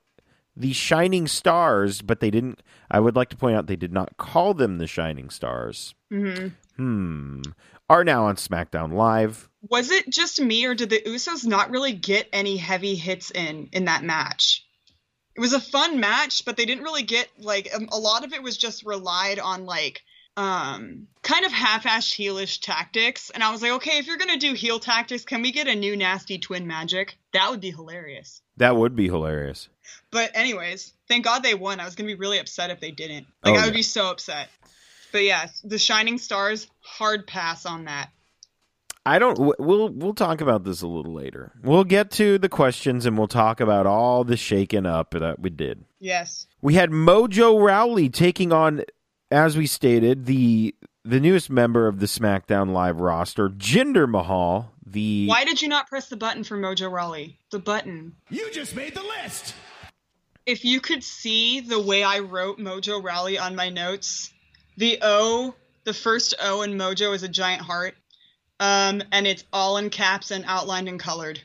Speaker 2: the Shining Stars, but they didn't, I would like to point out, they did not call them the Shining Stars.
Speaker 3: Mhm.
Speaker 2: Hmm. Are now on SmackDown Live.
Speaker 3: was it just me or did the Usos not really get any heavy hits in in that match? It was a fun match, but they didn't really get like um, a lot of it was just relied on like um kind of half-assed heelish tactics and I was like, "Okay, if you're going to do heel tactics, can we get a new nasty twin magic? That would be hilarious."
Speaker 2: That would be hilarious.
Speaker 3: But anyways, thank God they won. I was gonna be really upset if they didn't. Like
Speaker 2: Oh,
Speaker 3: I would
Speaker 2: yeah.
Speaker 3: be so upset. But yeah, the Shining Stars, hard pass on that.
Speaker 2: I don't. w- We'll we'll talk about this a little later. We'll get to the questions and we'll talk about all the shaking up that we did.
Speaker 3: Yes.
Speaker 2: We had Mojo Rowley taking on, as we stated, the the newest member of the SmackDown Live roster, Jinder Mahal. The
Speaker 3: Why did you not press the button for Mojo Rawley? The button.
Speaker 4: You just made the list.
Speaker 3: If you could see the way I wrote Mojo Rawley on my notes, the O, the first O in Mojo is a giant heart. Um, and it's all in caps and outlined and colored.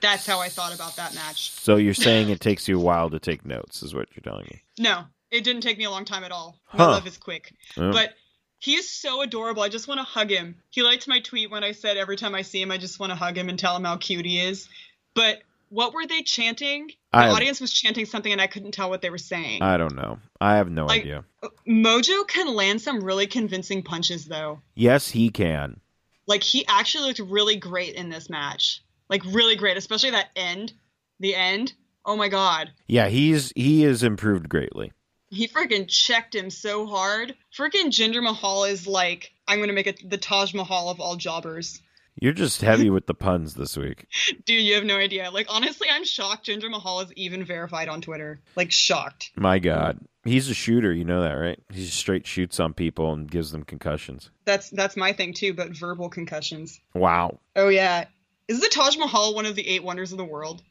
Speaker 3: That's how I thought about that match.
Speaker 2: so you're saying it takes you a while to take notes, is what you're telling me.
Speaker 3: No, it didn't take me a long time at all. My
Speaker 2: Huh.
Speaker 3: love is quick.
Speaker 2: Oh.
Speaker 3: But he is so adorable. I just want to hug him. He liked my tweet when I said every time I see him, I just want to hug him and tell him how cute he is. But what were they chanting? The
Speaker 2: I-
Speaker 3: audience was chanting something, and I couldn't tell what they were saying.
Speaker 2: I don't know. I have no
Speaker 3: Like-
Speaker 2: idea.
Speaker 3: Mojo can land some really convincing punches, though.
Speaker 2: Yes, he can.
Speaker 3: Like he actually looked really great in this match. Like really great, especially that end. The end. Oh my god.
Speaker 2: Yeah, he's he is improved greatly.
Speaker 3: He freaking checked him so hard. Freaking Jinder Mahal is like, I'm gonna make it the Taj Mahal of all jobbers.
Speaker 2: You're just heavy with the puns this week.
Speaker 3: Dude, you have no idea. Like, honestly, I'm shocked Ginger Mahal is even verified on Twitter. Like, shocked.
Speaker 2: My God, he's a shooter. You know that, right? He just straight shoots on people and gives them concussions.
Speaker 3: That's that's my thing too, but verbal concussions.
Speaker 2: Wow,
Speaker 3: Oh yeah. Is the Taj Mahal one of the eight wonders of the world?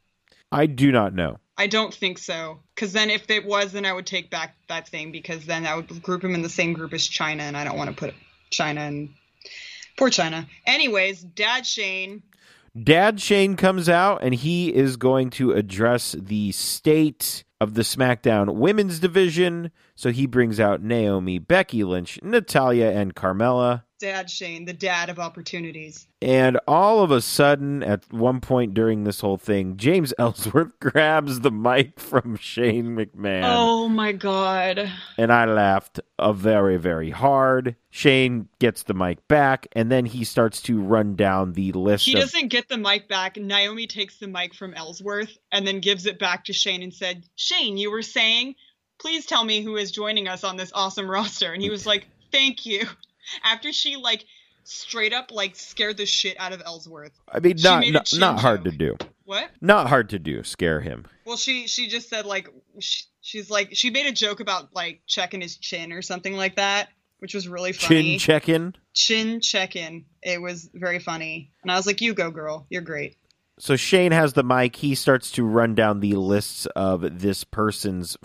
Speaker 2: I do not know.
Speaker 3: I don't think so. Cause then if it was, then I would take back that thing because then I would group him in the same group as China and I don't want to put China and poor China. Anyways, Dad Shane.
Speaker 2: Dad Shane comes out and he is going to address the state of the SmackDown women's division. So he brings out Naomi, Becky Lynch, Natalia, and Carmella.
Speaker 3: Dad Shane, the dad of opportunities.
Speaker 2: And all of a sudden, at one point during this whole thing, James <laughs> Ellsworth grabs the mic from Shane McMahon.
Speaker 3: Oh my god.
Speaker 2: And I laughed a very, very hard. Shane gets the mic back, and then he starts to run down the list
Speaker 3: He
Speaker 2: of
Speaker 3: doesn't get the mic back. Naomi takes the mic from Ellsworth and then gives it back to Shane and said, Shane, you were saying, please tell me who is joining us on this awesome roster. And he was like, thank you. After she, like, straight up like scared the shit out of Ellsworth.
Speaker 2: I mean,
Speaker 3: She
Speaker 2: not
Speaker 3: made a
Speaker 2: not,
Speaker 3: chin
Speaker 2: not hard to
Speaker 3: joke.
Speaker 2: do.
Speaker 3: What?
Speaker 2: Not hard to do. Scare him.
Speaker 3: Well, she she just said like she, she's like she made a joke about like checking his chin or something like that, which was really funny.
Speaker 2: Chin check in.
Speaker 3: chin check in. It was very funny, and I was like, "You go, girl. You're great."
Speaker 2: So Shane has the mic. He starts to run down the lists of this person's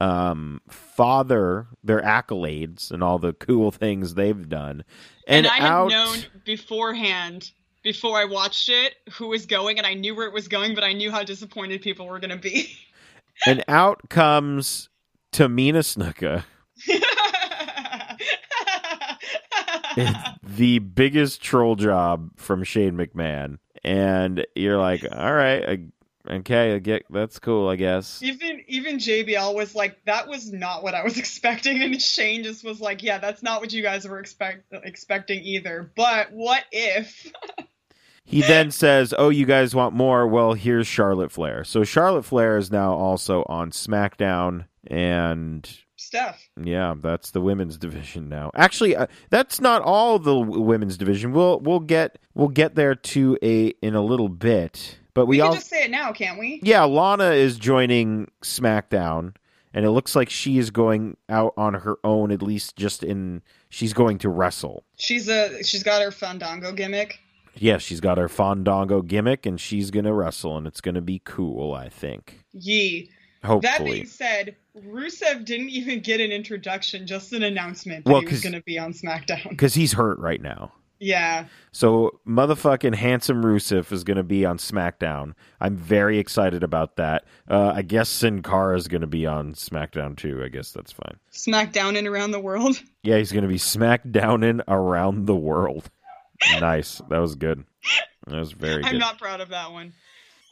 Speaker 2: um, father, their accolades, and all the cool things they've done. And,
Speaker 3: And, I had
Speaker 2: out,
Speaker 3: known <laughs> beforehand, before I watched it, who was going, and I knew where it was going, but I knew how disappointed people were gonna be. <laughs>
Speaker 2: <laughs> and out comes Tamina Snuka, the biggest troll job from Shane McMahon. And you're like, all right, I, okay, I get that's cool, I guess.
Speaker 3: even even JBL was like, "That was not what I was expecting," and Shane just was like, "Yeah, that's not what you guys were expect expecting either." But what if?
Speaker 2: He then says, "Oh, you guys want more? Well, here's Charlotte Flair." So Charlotte Flair is now also on SmackDown, and
Speaker 3: Steph.
Speaker 2: yeah, that's the women's division now. Actually, uh, that's not all the w- women's division. We'll we'll get we'll get there to a in a little bit, but we,
Speaker 3: We, can
Speaker 2: all
Speaker 3: just say it now, can't we?
Speaker 2: yeah, Lana is joining SmackDown, and it looks like she is going out on her own. At least just in she's going to wrestle.
Speaker 3: She's a she's got her Fandango gimmick.
Speaker 2: Yeah, she's got her Fandango gimmick, and she's gonna wrestle, and it's gonna be cool. I think.
Speaker 3: Yee. That
Speaker 2: Hopefully,
Speaker 3: being said, Rusev didn't even get an introduction, just an announcement that
Speaker 2: Well,
Speaker 3: he
Speaker 2: 'cause-
Speaker 3: was going to be on SmackDown. <laughs>
Speaker 2: because he's hurt right now.
Speaker 3: Yeah,
Speaker 2: So motherfucking handsome Rusev is gonna be on SmackDown. I'm very excited about that. Uh, I guess Sin Cara is gonna be on SmackDown too. I guess that's fine.
Speaker 3: SmackDown and around the world. <laughs>
Speaker 2: Yeah, he's gonna be SmackDowning around the world. <laughs> nice. That was good. That was very
Speaker 3: I'm
Speaker 2: good.
Speaker 3: not proud of that one.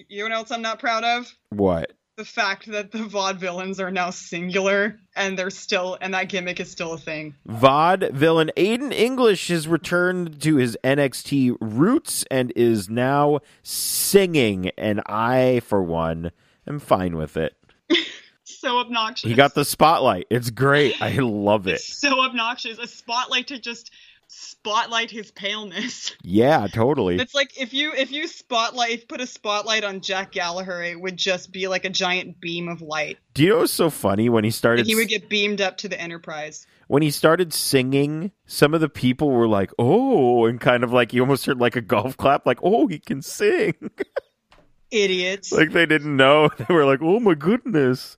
Speaker 3: You know what else I'm not proud of?
Speaker 2: what?
Speaker 3: the fact that the vaudevillains are now singular and they're still and that gimmick is still a thing.
Speaker 2: VOD villain Aiden English has returned to his NXT roots and is now singing, and I, for one, am fine with it.
Speaker 3: So obnoxious.
Speaker 2: He got the spotlight. It's great. I love it.
Speaker 3: so obnoxious. A spotlight to just spotlight his paleness. <laughs>
Speaker 2: Yeah, totally.
Speaker 3: It's like if you if you spotlight put a spotlight on Jack Gallagher, it would just be like a giant beam of light.
Speaker 2: Do you know what's so funny when he started
Speaker 3: And he would get beamed up to the Enterprise.
Speaker 2: when he started singing? Some of the people were like, "Oh," and kind of like you almost heard like a golf clap, like, "Oh, he can sing."
Speaker 3: Idiots.
Speaker 2: like they didn't know. <laughs> They were like, "Oh my goodness!"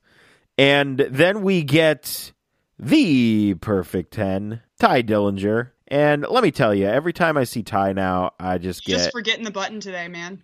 Speaker 2: And then we get the perfect ten, Ty Dillinger. And let me tell you, every time I see Ty now, I just get.
Speaker 3: just forgetting the button today, man.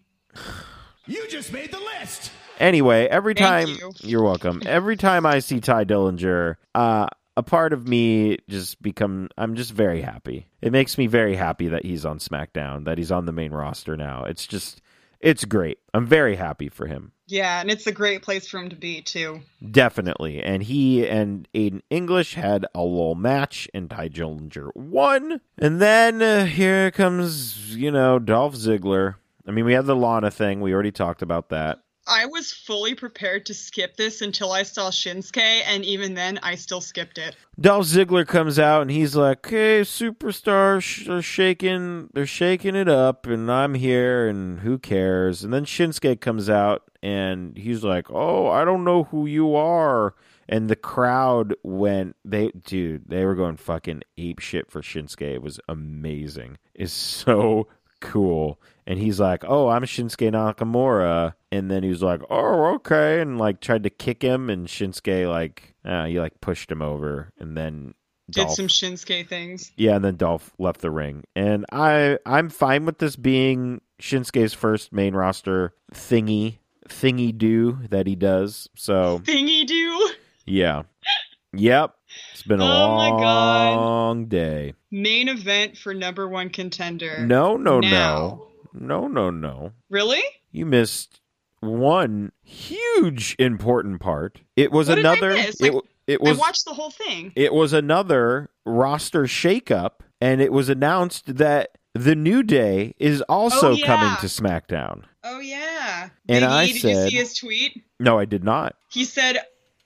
Speaker 1: You just made the list.
Speaker 2: Anyway, every
Speaker 3: Thank
Speaker 2: time <laughs>
Speaker 3: you.
Speaker 2: are welcome. Every time I see Ty Dillinger, uh, a part of me just become I'm just very happy. It makes me very happy that he's on SmackDown, that he's on the main roster now. It's just it's great. I'm very happy for him.
Speaker 3: Yeah, and it's a great place for him to be too.
Speaker 2: Definitely. And he and Aiden English had a little match, and Ty Dillinger won. And then uh, here comes, you know, Dolph Ziggler. I mean, we had the Lana thing. We already talked about that.
Speaker 3: I was fully prepared to skip this until I saw Shinsuke, and even then, I still skipped it.
Speaker 2: Dolph Ziggler comes out and he's like, "Hey, superstar, sh- they're shaking, they're shaking it up, and I'm here, and who cares?" And then Shinsuke comes out and he's like, "Oh, I don't know who you are." And the crowd went, they dude, they were going fucking ape shit for Shinsuke. It was amazing. It's so cool. And he's like, "Oh, I'm Shinsuke Nakamura." And then he was like, "Oh, okay," and like tried to kick him, and Shinsuke like, uh, he like pushed him over, and then
Speaker 3: Did
Speaker 2: Dolph-
Speaker 3: some Shinsuke things.
Speaker 2: yeah, and then Dolph left the ring. And I I'm fine with this being Shinsuke's first main roster thingy thingy do that he does. So <laughs>
Speaker 3: Thingy do.
Speaker 2: yeah, yep, it's been a
Speaker 3: Oh my God.
Speaker 2: long day.
Speaker 3: Main event for number one contender.
Speaker 2: No, no,
Speaker 3: Now.
Speaker 2: no, no, no, no.
Speaker 3: Really?
Speaker 2: You missed one huge important part. It was
Speaker 3: What did I
Speaker 2: another.
Speaker 3: miss?
Speaker 2: It,
Speaker 3: Like,
Speaker 2: it was
Speaker 3: I watched the whole thing.
Speaker 2: it was another roster shakeup, and it was announced that the New Day is also
Speaker 3: Oh, yeah.
Speaker 2: coming to SmackDown.
Speaker 3: Oh, yeah.
Speaker 2: And
Speaker 3: Big
Speaker 2: I
Speaker 3: E, did
Speaker 2: said-
Speaker 3: you see his tweet?
Speaker 2: No, I did not.
Speaker 3: He said,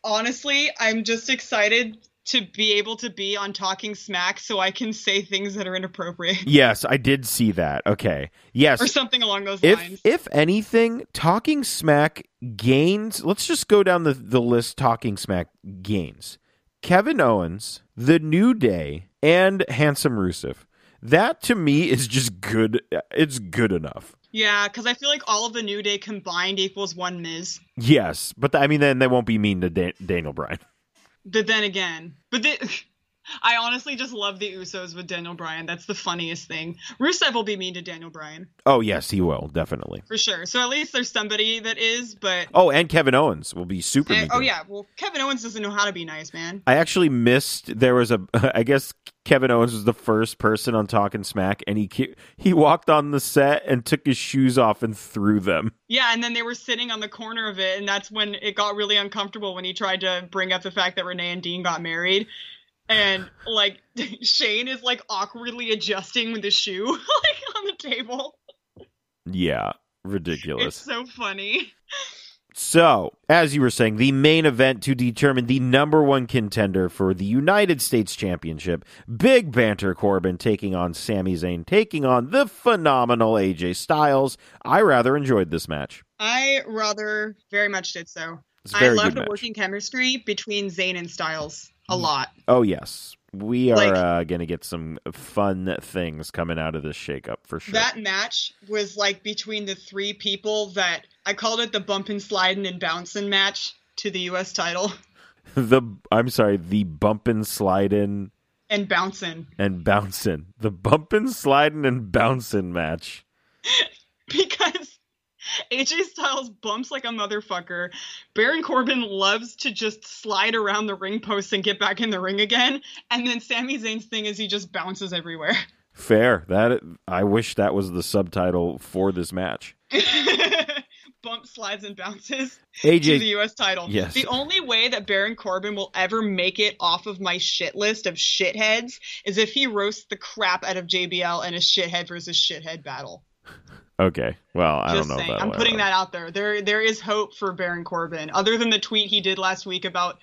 Speaker 3: honestly, I'm just excited to be able to be on Talking Smack so I can say things that are inappropriate
Speaker 2: Yes, I did see that. Okay. Yes.
Speaker 3: or something along those
Speaker 2: if
Speaker 3: lines.
Speaker 2: if anything, Talking Smack gains. Let's just go down the the list. Talking Smack gains Kevin Owens, The New Day, and Handsome Rusev. That to me is just good. It's good enough.
Speaker 3: yeah, because I feel like all of the New Day combined equals one Miz.
Speaker 2: Yes, but I mean, then they won't be mean to da- Daniel Bryan.
Speaker 3: But then again, but the, <laughs> I honestly just love the Usos with Daniel Bryan. That's the funniest thing. Rusev will be mean to Daniel Bryan
Speaker 2: Oh yes, he will definitely.
Speaker 3: for sure. So at least there's somebody that is. But
Speaker 2: Oh, and Kevin Owens will be super.
Speaker 3: Eh,
Speaker 2: mean to
Speaker 3: oh
Speaker 2: him.
Speaker 3: yeah, well Kevin Owens doesn't know how to be nice, man.
Speaker 2: I actually missed. There was a. <laughs> I guess Kevin Owens was the first person on Talking Smack, and he ki- he walked on the set and took his shoes off and threw them.
Speaker 3: Yeah, and then they were sitting on the corner of it, and that's when it got really uncomfortable when he tried to bring up the fact that Renee and Dean got married. And like <laughs> Shane is like awkwardly adjusting with the shoe <laughs> like on the table.
Speaker 2: Yeah,
Speaker 3: It's
Speaker 2: ridiculous.
Speaker 3: so funny.
Speaker 2: So, as you were saying, the main event to determine the number one contender for the United States Championship, Big Banter Corbin taking on Sami Zayn, taking on the phenomenal AJ Styles. I rather enjoyed this match.
Speaker 3: I rather very much did so.
Speaker 2: It's a
Speaker 3: I
Speaker 2: very
Speaker 3: love
Speaker 2: good
Speaker 3: the
Speaker 2: match.
Speaker 3: working chemistry between Zayn and Styles a lot.
Speaker 2: Oh yes, we are
Speaker 3: Like-
Speaker 2: uh, going to get some fun things coming out of this shakeup for sure.
Speaker 3: That match was like between the three people that I called it the bump and sliding and bouncing match to the US title
Speaker 2: the I'm sorry, the bumpin', slidin',
Speaker 3: and bouncing.
Speaker 2: and bouncin', the bumpin', slidin', and bouncin' match.
Speaker 3: <laughs> because AJ Styles bumps like a motherfucker. Baron Corbin loves to just slide around the ring post and get back in the ring again. And then Sami Zayn's thing is he just bounces everywhere. <laughs>
Speaker 2: Fair. That I wish that was the subtitle for this match.
Speaker 3: Bump, slides, and bounces to the
Speaker 2: AJ,
Speaker 3: U.S. title.
Speaker 2: Yes.
Speaker 3: The only way that Baron Corbin will ever make it off of my shit list of shitheads is if he roasts the crap out of JBL in a shithead versus shithead battle.
Speaker 2: okay. Well, I
Speaker 3: Just
Speaker 2: don't know
Speaker 3: saying.
Speaker 2: about
Speaker 3: I'm putting that out there. There there is hope for Baron Corbin, other than the tweet he did last week about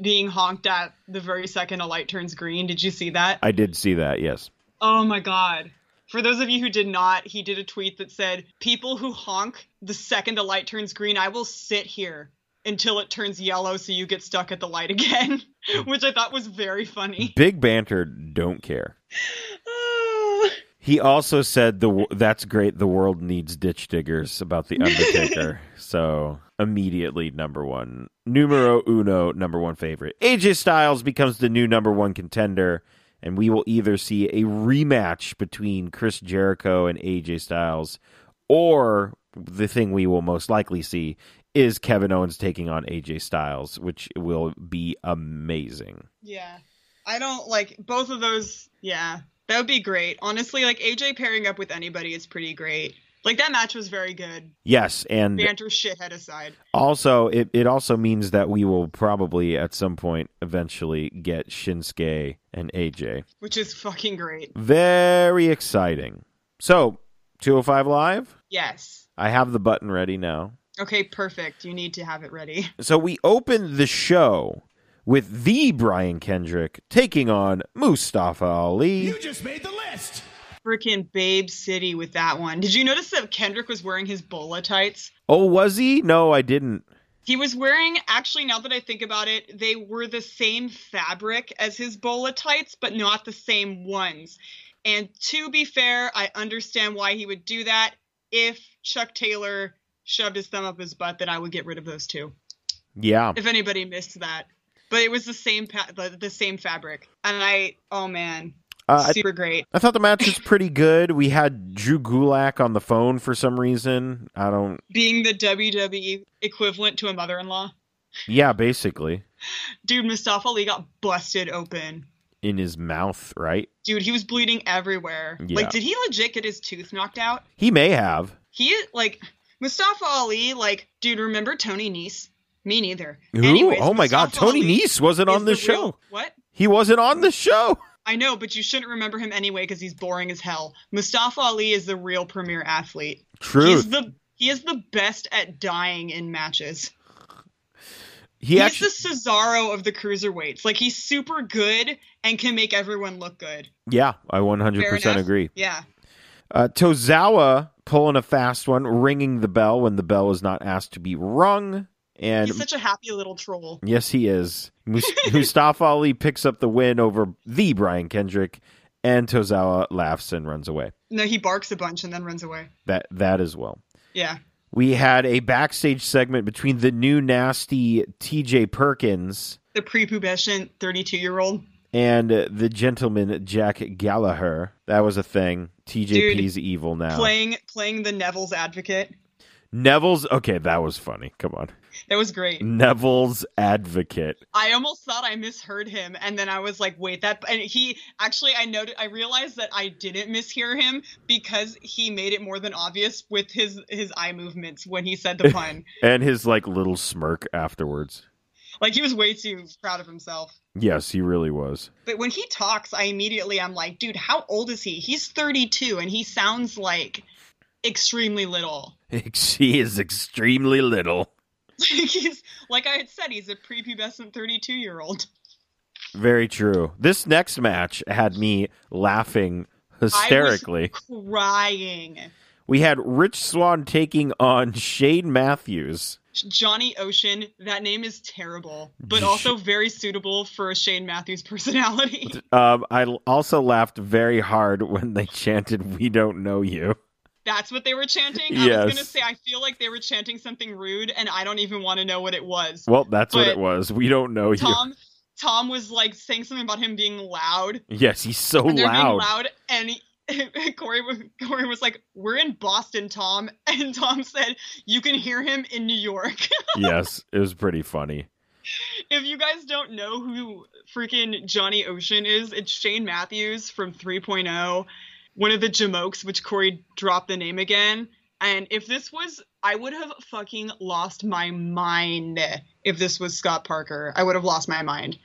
Speaker 3: being honked at the very second a light turns green. Did you see that?
Speaker 2: I did see that. Yes.
Speaker 3: Oh my god. For those of you who did not, he did a tweet that said, People who honk the second the light turns green, I will sit here until it turns yellow so you get stuck at the light again. <laughs> Which I thought was very funny.
Speaker 2: <laughs> Big banter. Don't care. Ah.
Speaker 3: Oh.
Speaker 2: He also said the wo- that's great. The world needs ditch diggers about the Undertaker. so immediately number one, numero uno, number one favorite. AJ Styles becomes the new number one contender, and we will either see a rematch between Chris Jericho and AJ Styles, or the thing we will most likely see is Kevin Owens taking on AJ Styles, which will be amazing.
Speaker 3: Yeah. I don't like both of those. Yeah. That would be great. Honestly, like AJ pairing up with anybody is pretty great. Like that match was very good.
Speaker 2: Yes, and
Speaker 3: Banter shithead aside.
Speaker 2: Also, it, it also means that we will probably at some point eventually get Shinsuke and AJ.
Speaker 3: Which is fucking great.
Speaker 2: Very exciting. So, 205 Live,
Speaker 3: Yes.
Speaker 2: I have the button ready now.
Speaker 3: Okay, perfect. You need to have it ready.
Speaker 2: So, we open the show with the Brian Kendrick taking on Mustafa Ali.
Speaker 1: just made the list.
Speaker 3: Freaking Babe City with that one. Did you notice that Kendrick was wearing his bola tights?
Speaker 2: oh, was he? No, I didn't.
Speaker 3: He was wearing, actually, now that I think about it, they were the same fabric as his bola tights, but not the same ones. And to be fair, I understand why he would do that. If Chuck Taylor shoved his thumb up his butt, then I would get rid of those two.
Speaker 2: Yeah.
Speaker 3: If anybody missed that, but it was the same pa- the, the same fabric, and I, oh man,
Speaker 2: Uh, I,
Speaker 3: super great.
Speaker 2: I thought the match was pretty good. We had Drew Gulak on the phone for some reason. I don't.
Speaker 3: Being the WWE equivalent to a mother-in-law,
Speaker 2: Yeah, basically.
Speaker 3: dude, Mustafa Lee got busted open.
Speaker 2: In his mouth, right?
Speaker 3: Dude, he was bleeding everywhere.
Speaker 2: Yeah.
Speaker 3: Like, did he legit get his tooth knocked out?
Speaker 2: He may have.
Speaker 3: He like Mustafa Ali. Like, dude, remember Tony Nese? Me neither.
Speaker 2: Who?
Speaker 3: Anyways,
Speaker 2: oh my God,
Speaker 3: Mustafa
Speaker 2: Tony
Speaker 3: Ali
Speaker 2: Nese wasn't
Speaker 3: is
Speaker 2: on the, show.
Speaker 3: real- what?
Speaker 2: He wasn't on the show.
Speaker 3: I know, but you shouldn't remember him anyway because he's boring as hell. Mustafa Ali is the real premier athlete. He's
Speaker 2: Truth.
Speaker 3: the he is the best at dying in matches.
Speaker 2: He, He
Speaker 3: he's
Speaker 2: actually,
Speaker 3: the Cesaro of the cruiserweights. Like he's super good and can make everyone look good.
Speaker 2: yeah, I
Speaker 3: Fair
Speaker 2: 100%
Speaker 3: enough.
Speaker 2: agree.
Speaker 3: Yeah.
Speaker 2: Uh, Tozawa pulling a fast one, ringing the bell when the bell is not asked to be rung, and
Speaker 3: He's such a happy little troll.
Speaker 2: yes, he is. Mus- <laughs> Mustafa Ali picks up the win over the Brian Kendrick, and Tozawa laughs and runs away.
Speaker 3: No, he barks a bunch and then runs away.
Speaker 2: That that as well.
Speaker 3: Yeah.
Speaker 2: We had a backstage segment between the new nasty T.J. Perkins
Speaker 3: The prepubescent 32 year old.
Speaker 2: and uh, the gentleman Jack Gallagher. That was a thing. TJP's evil now.
Speaker 3: Playing playing the Neville's advocate.
Speaker 2: Neville's okay. That was funny. Come on,
Speaker 3: That was great.
Speaker 2: Mm. Neville's advocate.
Speaker 3: I almost thought I misheard him, and then I was like, "Wait, that." And he actually, I noted, I realized that I didn't mishear him because he made it more than obvious with his his eye movements when he said the pun.
Speaker 2: and his like little smirk afterwards.
Speaker 3: like he was way too proud of himself.
Speaker 2: Yes, he really was.
Speaker 3: But when he talks, I immediately I'm like, "Dude, how old is he? He's 32, and he sounds like extremely little."
Speaker 2: she is extremely little.
Speaker 3: Like <laughs> he's like I had said, he's a prepubescent 32 year old.
Speaker 2: Very true. This next match had me laughing hysterically.
Speaker 3: crying.
Speaker 2: We had Rich Swan taking on Shane Matthews.
Speaker 3: Johnny Ocean, that name is terrible, but also very suitable for a Shane Matthews <laughs> personality.
Speaker 2: Um, I l- also laughed very hard when they <laughs> chanted "We don't know you."
Speaker 3: That's what they were chanting. I
Speaker 2: Yes.
Speaker 3: was gonna say I feel like they were chanting something rude and I don't even want to know what it was.
Speaker 2: Well, that's what it
Speaker 3: But-
Speaker 2: was. We don't know
Speaker 3: Tom Tom was like saying something about him being loud.
Speaker 2: you. Yes, he's so
Speaker 3: And they're being
Speaker 2: loud.
Speaker 3: loud <laughs> and he- <laughs> Corey, was- Corey was like, We're in Boston, Tom. <laughs> And Tom said, You can hear him in New York.
Speaker 2: yes, it was pretty funny.
Speaker 3: if you guys don't know who freaking Johnny Ocean is, it's Shane Matthews from 3.0, one of the Jamokes, which Corey dropped the name again. And if this was, I would have fucking lost my mind if this was Scott Parker. I would have lost my mind.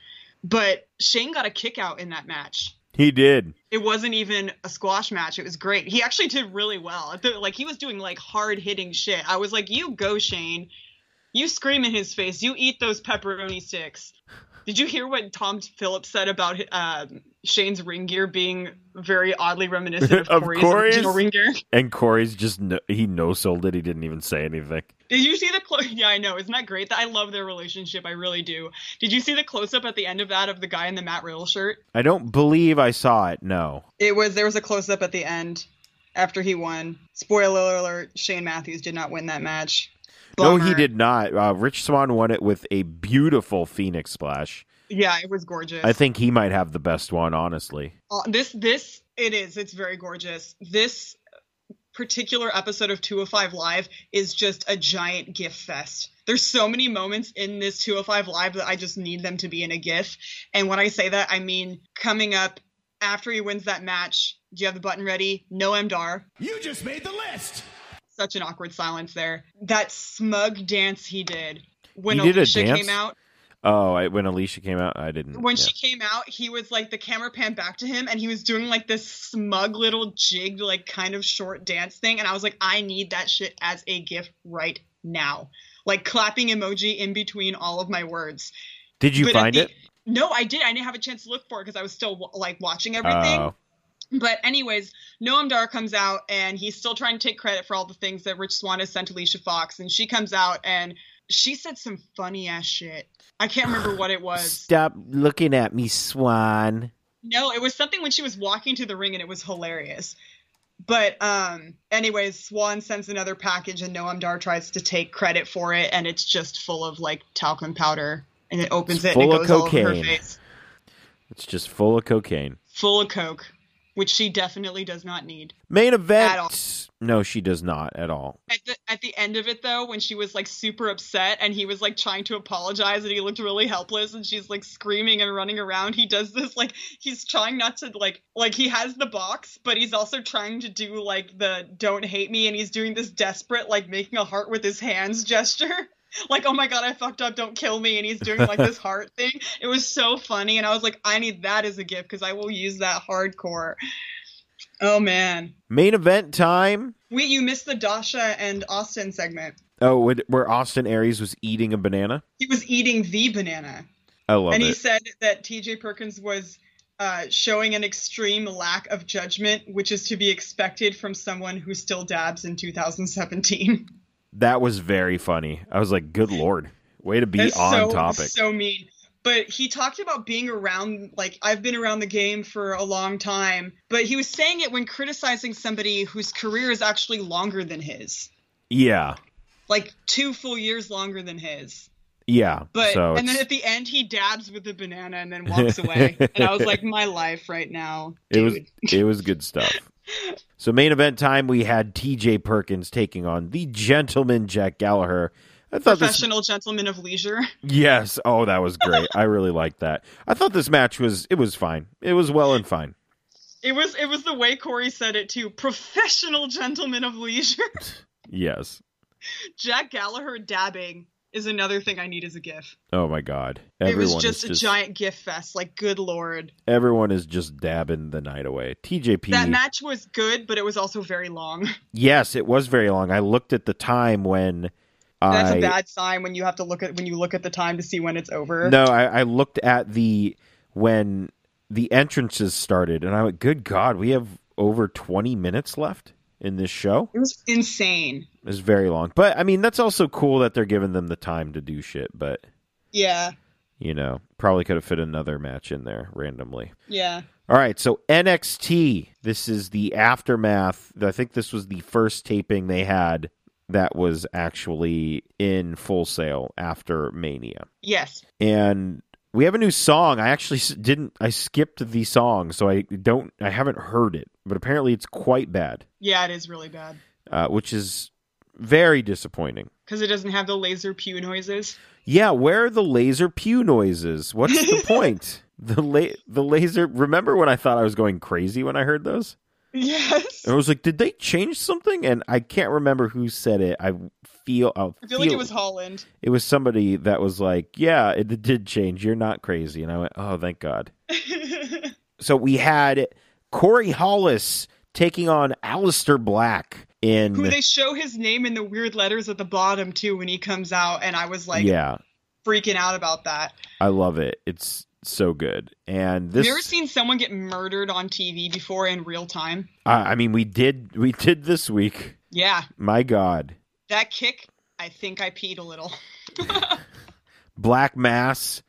Speaker 3: But Shane got a kick out in that match.
Speaker 2: He did.
Speaker 3: It wasn't even a squash match. It was great. He actually did really well. The- Like he was doing like hard hitting shit. I was like, "You go, Shane. You scream in his face. You eat those pepperoni sticks." Did you hear what Tom Phillips said about um, Shane's ring gear being very oddly reminiscent of,
Speaker 2: Of
Speaker 3: Corey's,
Speaker 2: Corey's?
Speaker 3: original ring gear?
Speaker 2: And Corey's just no- he no sold it. He didn't even say anything.
Speaker 3: Did you see the close? Yeah, I know. Isn't that great? That I love their relationship. I really do. Did you see the close up at the end of that of the guy in the Matt Riddle shirt?
Speaker 2: I don't believe I saw it. No.
Speaker 3: It was there was a close up at the end after he won. Spoiler alert: Shane Matthews did not win that match.
Speaker 2: No, he
Speaker 3: Bummer.
Speaker 2: did not. Uh, Rich Swan won it with a beautiful Phoenix splash.
Speaker 3: Yeah, it was gorgeous.
Speaker 2: I think he might have the best one, honestly.
Speaker 3: Uh, this this it is. It's very gorgeous. This particular episode of 205 Live is just a giant GIF fest. There's so many moments in this 205 Live that I just need them to be in a GIF. And when I say that, I mean coming up after he wins that match. Do you have the button ready? No MDAR.
Speaker 4: You just made the list.
Speaker 3: such an awkward silence there. That smug dance he did when
Speaker 2: He did a
Speaker 3: Alicia
Speaker 2: dance?
Speaker 3: came out.
Speaker 2: Oh, I, when Alicia came out, I didn't.
Speaker 3: When
Speaker 2: yeah.
Speaker 3: she came out, he was like the camera panned back to him, and he was doing like this smug little jig, like kind of short dance thing. And I was like, I need that shit as a gift right now, like clapping emoji in between all of my words.
Speaker 2: Did you
Speaker 3: But at
Speaker 2: find
Speaker 3: the-
Speaker 2: it?
Speaker 3: No, I did. I didn't have a chance to look for it because I was still like watching everything.
Speaker 2: Oh.
Speaker 3: But anyways, Noam Dar comes out and he's still trying to take credit for all the things that Rich Swan has sent Alicia Fox, and she comes out and she said some funny ass shit. I can't remember what it
Speaker 2: <sighs>
Speaker 3: was.
Speaker 2: Stop looking at me, Swan.
Speaker 3: No, it was something when she was walking to the ring and it was hilarious. But um anyways, Swan sends another package and Noam Dar tries to take credit for it and it's just full of like talcum powder and it opens
Speaker 2: It's
Speaker 3: it and
Speaker 2: full
Speaker 3: it
Speaker 2: of
Speaker 3: goes all over her
Speaker 2: cocaine.
Speaker 3: face.
Speaker 2: It's just full of cocaine.
Speaker 3: Full of coke, which she definitely does not need.
Speaker 2: Main
Speaker 3: At all.
Speaker 2: event. No, she does not at all.
Speaker 3: at the at the end of it though when she was like super upset and he was like trying to apologize and he looked really helpless and she's like screaming and running around he does this like he's trying not to like like he has the box but he's also trying to do like the don't hate me and he's doing this desperate like making a heart with his hands gesture <laughs> like oh my god i fucked up don't kill me and he's doing like this heart thing it was so funny and i was like i need that as a gift because i will use that hardcore oh man
Speaker 2: Main event time.
Speaker 3: wait you missed the dasha and austin segment
Speaker 2: Oh, when- where Austin Aries was eating a banana.
Speaker 3: He was eating the banana.
Speaker 2: I love
Speaker 3: and
Speaker 2: it.
Speaker 3: he said that TJ Perkins was uh, showing an extreme lack of judgment, which is to be expected from someone who still dabs in 2017.
Speaker 2: That was very funny. I was like, good lord, way to be
Speaker 3: That's
Speaker 2: on
Speaker 3: so,
Speaker 2: topic.
Speaker 3: So mean. But he talked about being around, like, I've been around the game for a long time. But he was saying it when criticizing somebody whose career is actually longer than his,
Speaker 2: yeah,
Speaker 3: like two full years longer than his.
Speaker 2: yeah.
Speaker 3: But
Speaker 2: so
Speaker 3: and then
Speaker 2: it's-
Speaker 3: at the end, he dabs with the banana and then
Speaker 2: <laughs>
Speaker 3: walks away. and I was like, my life right now.
Speaker 2: it
Speaker 3: Dude.
Speaker 2: was it was good
Speaker 3: <laughs>
Speaker 2: stuff. So main event time, we had T.J. Perkins taking on the gentleman Jack Gallagher. I thought <laughs> this
Speaker 3: professional gentleman of leisure. <laughs>
Speaker 2: yes, oh that was great. I really liked that. I thought this match was it was fine. It was well and fine.
Speaker 3: It was it was the way Corey said it too. Professional gentleman of leisure. <laughs>
Speaker 2: Yes.
Speaker 3: Jack Gallagher dabbing is another thing I need as a gif.
Speaker 2: Oh my god.
Speaker 3: it
Speaker 2: Everyone
Speaker 3: was just
Speaker 2: is
Speaker 3: a giant gif fest. Like good lord.
Speaker 2: everyone is just dabbing the night away. TJP
Speaker 3: That match was good, but it was also very long. <laughs>
Speaker 2: Yes, it was very long. I looked at the time when
Speaker 3: That's
Speaker 2: I
Speaker 3: a bad sign when you have to look at when you look at the time to see when it's over.
Speaker 2: No, I, I looked at the when the entrances started, and I went, "Good God, we have over twenty minutes left in this show.
Speaker 3: It was insane.
Speaker 2: It's very long." But I mean, that's also cool that they're giving them the time to do shit. But
Speaker 3: Yeah.
Speaker 2: you know, probably could have fit another match in there randomly.
Speaker 3: Yeah.
Speaker 2: All right, so NXT. This is the aftermath. I think this was the first taping they had that was actually in full sale after Mania.
Speaker 3: Yes.
Speaker 2: and we have a new song. I actually s- didn't. I skipped the song, so I don't. I haven't heard it, but apparently it's quite bad,
Speaker 3: Yeah, it is really bad.
Speaker 2: uh, which is very disappointing.
Speaker 3: Because it doesn't have the laser pew noises.
Speaker 2: Yeah, where are the laser pew noises? What's the point? The la- the laser. Remember when I thought I was going crazy when I heard those?
Speaker 3: Yes.
Speaker 2: I was like, did they change something? And I can't remember who said it. I feel. I
Speaker 3: I feel like it
Speaker 2: <laughs>
Speaker 3: was Holland.
Speaker 2: It was somebody that was like, yeah, it did change. You're not crazy. And I went, oh, thank God. So we had Corey Hollis taking on Alistair Black in
Speaker 3: Who they show his name in the weird letters at the bottom too when he comes out, and I was like
Speaker 2: yeah,
Speaker 3: freaking out about that.
Speaker 2: I love it. It's so good. And this,
Speaker 3: Have you ever seen someone get murdered on TV before in real time?
Speaker 2: I I mean, we did we did this week.
Speaker 3: Yeah,
Speaker 2: My God,
Speaker 3: that kick. I think I peed a little.
Speaker 2: Black Mass,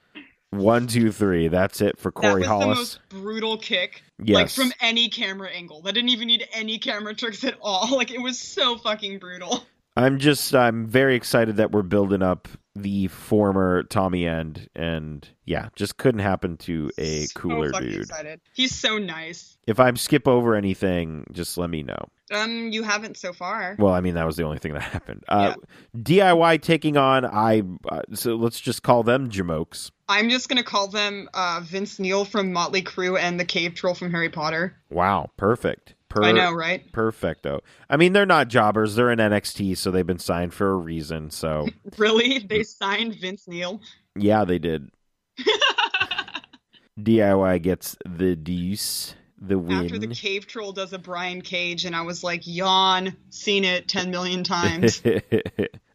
Speaker 2: one, two, three. That's it for
Speaker 3: that
Speaker 2: Corey
Speaker 3: was the
Speaker 2: Hollis.
Speaker 3: most brutal kick, like
Speaker 2: yes,
Speaker 3: from any camera angle. That didn't even need any camera tricks at all. <laughs> Like it was so fucking brutal.
Speaker 2: I'm just I'm very excited that we're building up the former Tommy End, and yeah, just couldn't happen to a
Speaker 3: So
Speaker 2: cooler
Speaker 3: fucking
Speaker 2: dude.
Speaker 3: Excited. He's so nice.
Speaker 2: If I skip over anything, just let me know.
Speaker 3: Um, you haven't so far.
Speaker 2: Well, I mean, that was the only thing that <laughs> happened. Uh, DIY taking on I. Uh, so let's just call them Jamokes.
Speaker 3: I'm just gonna call them uh, Vince Neil from Motley Crue and the Cave Troll from Harry Potter.
Speaker 2: Wow, perfect. Per-
Speaker 3: I know, right?
Speaker 2: Perfecto. I mean, they're not jobbers. They're in NXT, so they've been signed for a reason.
Speaker 3: <laughs>
Speaker 2: So
Speaker 3: Really? They signed Vince Neil.
Speaker 2: yeah, they
Speaker 3: <laughs>
Speaker 2: did. DIY gets the deuce, the win.
Speaker 3: After the cave troll does a Brian Cage, and I was like, yawn, seen it 10
Speaker 2: <laughs>
Speaker 3: million times.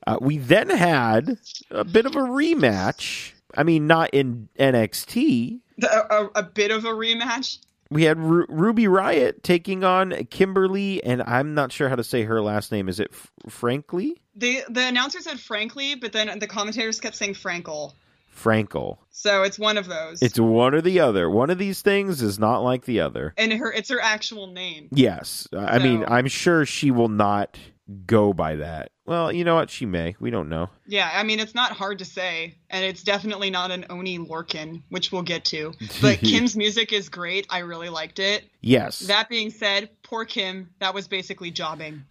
Speaker 2: uh, we then had a bit of a rematch. I mean, not in NXT.
Speaker 3: The- a, a bit of a rematch.
Speaker 2: we had Ru- Ruby Riot taking on Kimberly, and I'm not sure how to say her last name. Is it F- Frankly?
Speaker 3: The, the announcer said Frankly, but then the commentators kept saying Frankel.
Speaker 2: Frankel.
Speaker 3: So it's one of those.
Speaker 2: It's one or the other. One of these things is not like the other.
Speaker 3: and her it's her actual name.
Speaker 2: Yes. I mean,
Speaker 3: So-
Speaker 2: I'm sure she will not go by that. Well, you know what? She may. We don't know.
Speaker 3: Yeah, I mean, it's not hard to say. And it's definitely not an Oni Lorkin, which we'll
Speaker 2: <laughs>
Speaker 3: get to. But Kim's music is great. I really liked it.
Speaker 2: Yes.
Speaker 3: That being said, poor Kim, that was
Speaker 2: <laughs>
Speaker 3: basically jobbing.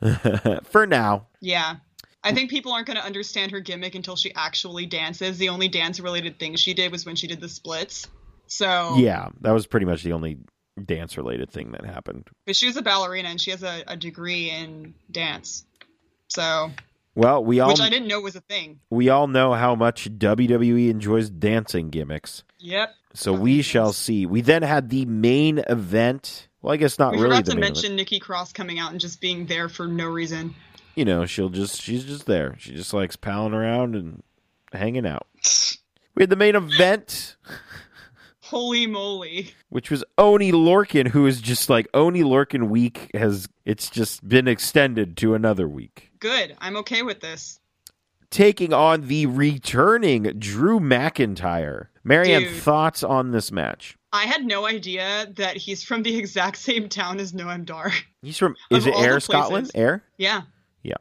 Speaker 2: For now.
Speaker 3: Yeah. I think people aren't going to understand her gimmick until she actually dances. The only dance related thing she did was when she did the splits. So,
Speaker 2: Yeah. That was pretty much the only dance related thing that happened.
Speaker 3: but she was a ballerina and she has a, a degree in dance. So,
Speaker 2: Well, we all
Speaker 3: which I didn't know was a thing.
Speaker 2: we all know how much WWE enjoys dancing gimmicks.
Speaker 3: Yep.
Speaker 2: So
Speaker 3: Okay,
Speaker 2: we
Speaker 3: Oh, yes.
Speaker 2: shall see. We then had the main event. Well, I guess not
Speaker 3: We
Speaker 2: really
Speaker 3: forgot
Speaker 2: the
Speaker 3: to
Speaker 2: main
Speaker 3: mention Nikki Cross coming out and just being there for no reason.
Speaker 2: event. you know, she'll just she's just there. She just likes palling around and hanging out. We had the main event,
Speaker 3: Holy moly.
Speaker 2: which was Oni Lorkin, who is just like Oni Lorkin week has it's just been extended to another week.
Speaker 3: Good. I'm okay with this.
Speaker 2: Taking on the returning Drew McIntyre. Marianne,
Speaker 3: Dude.
Speaker 2: thoughts on this match?
Speaker 3: I had no idea that he's from the <laughs> exact same town as Noam Dar. <laughs>
Speaker 2: He's from
Speaker 3: Of
Speaker 2: is it
Speaker 3: all the
Speaker 2: Air Scotland?
Speaker 3: places.
Speaker 2: Air?
Speaker 3: yeah.
Speaker 2: Yeah.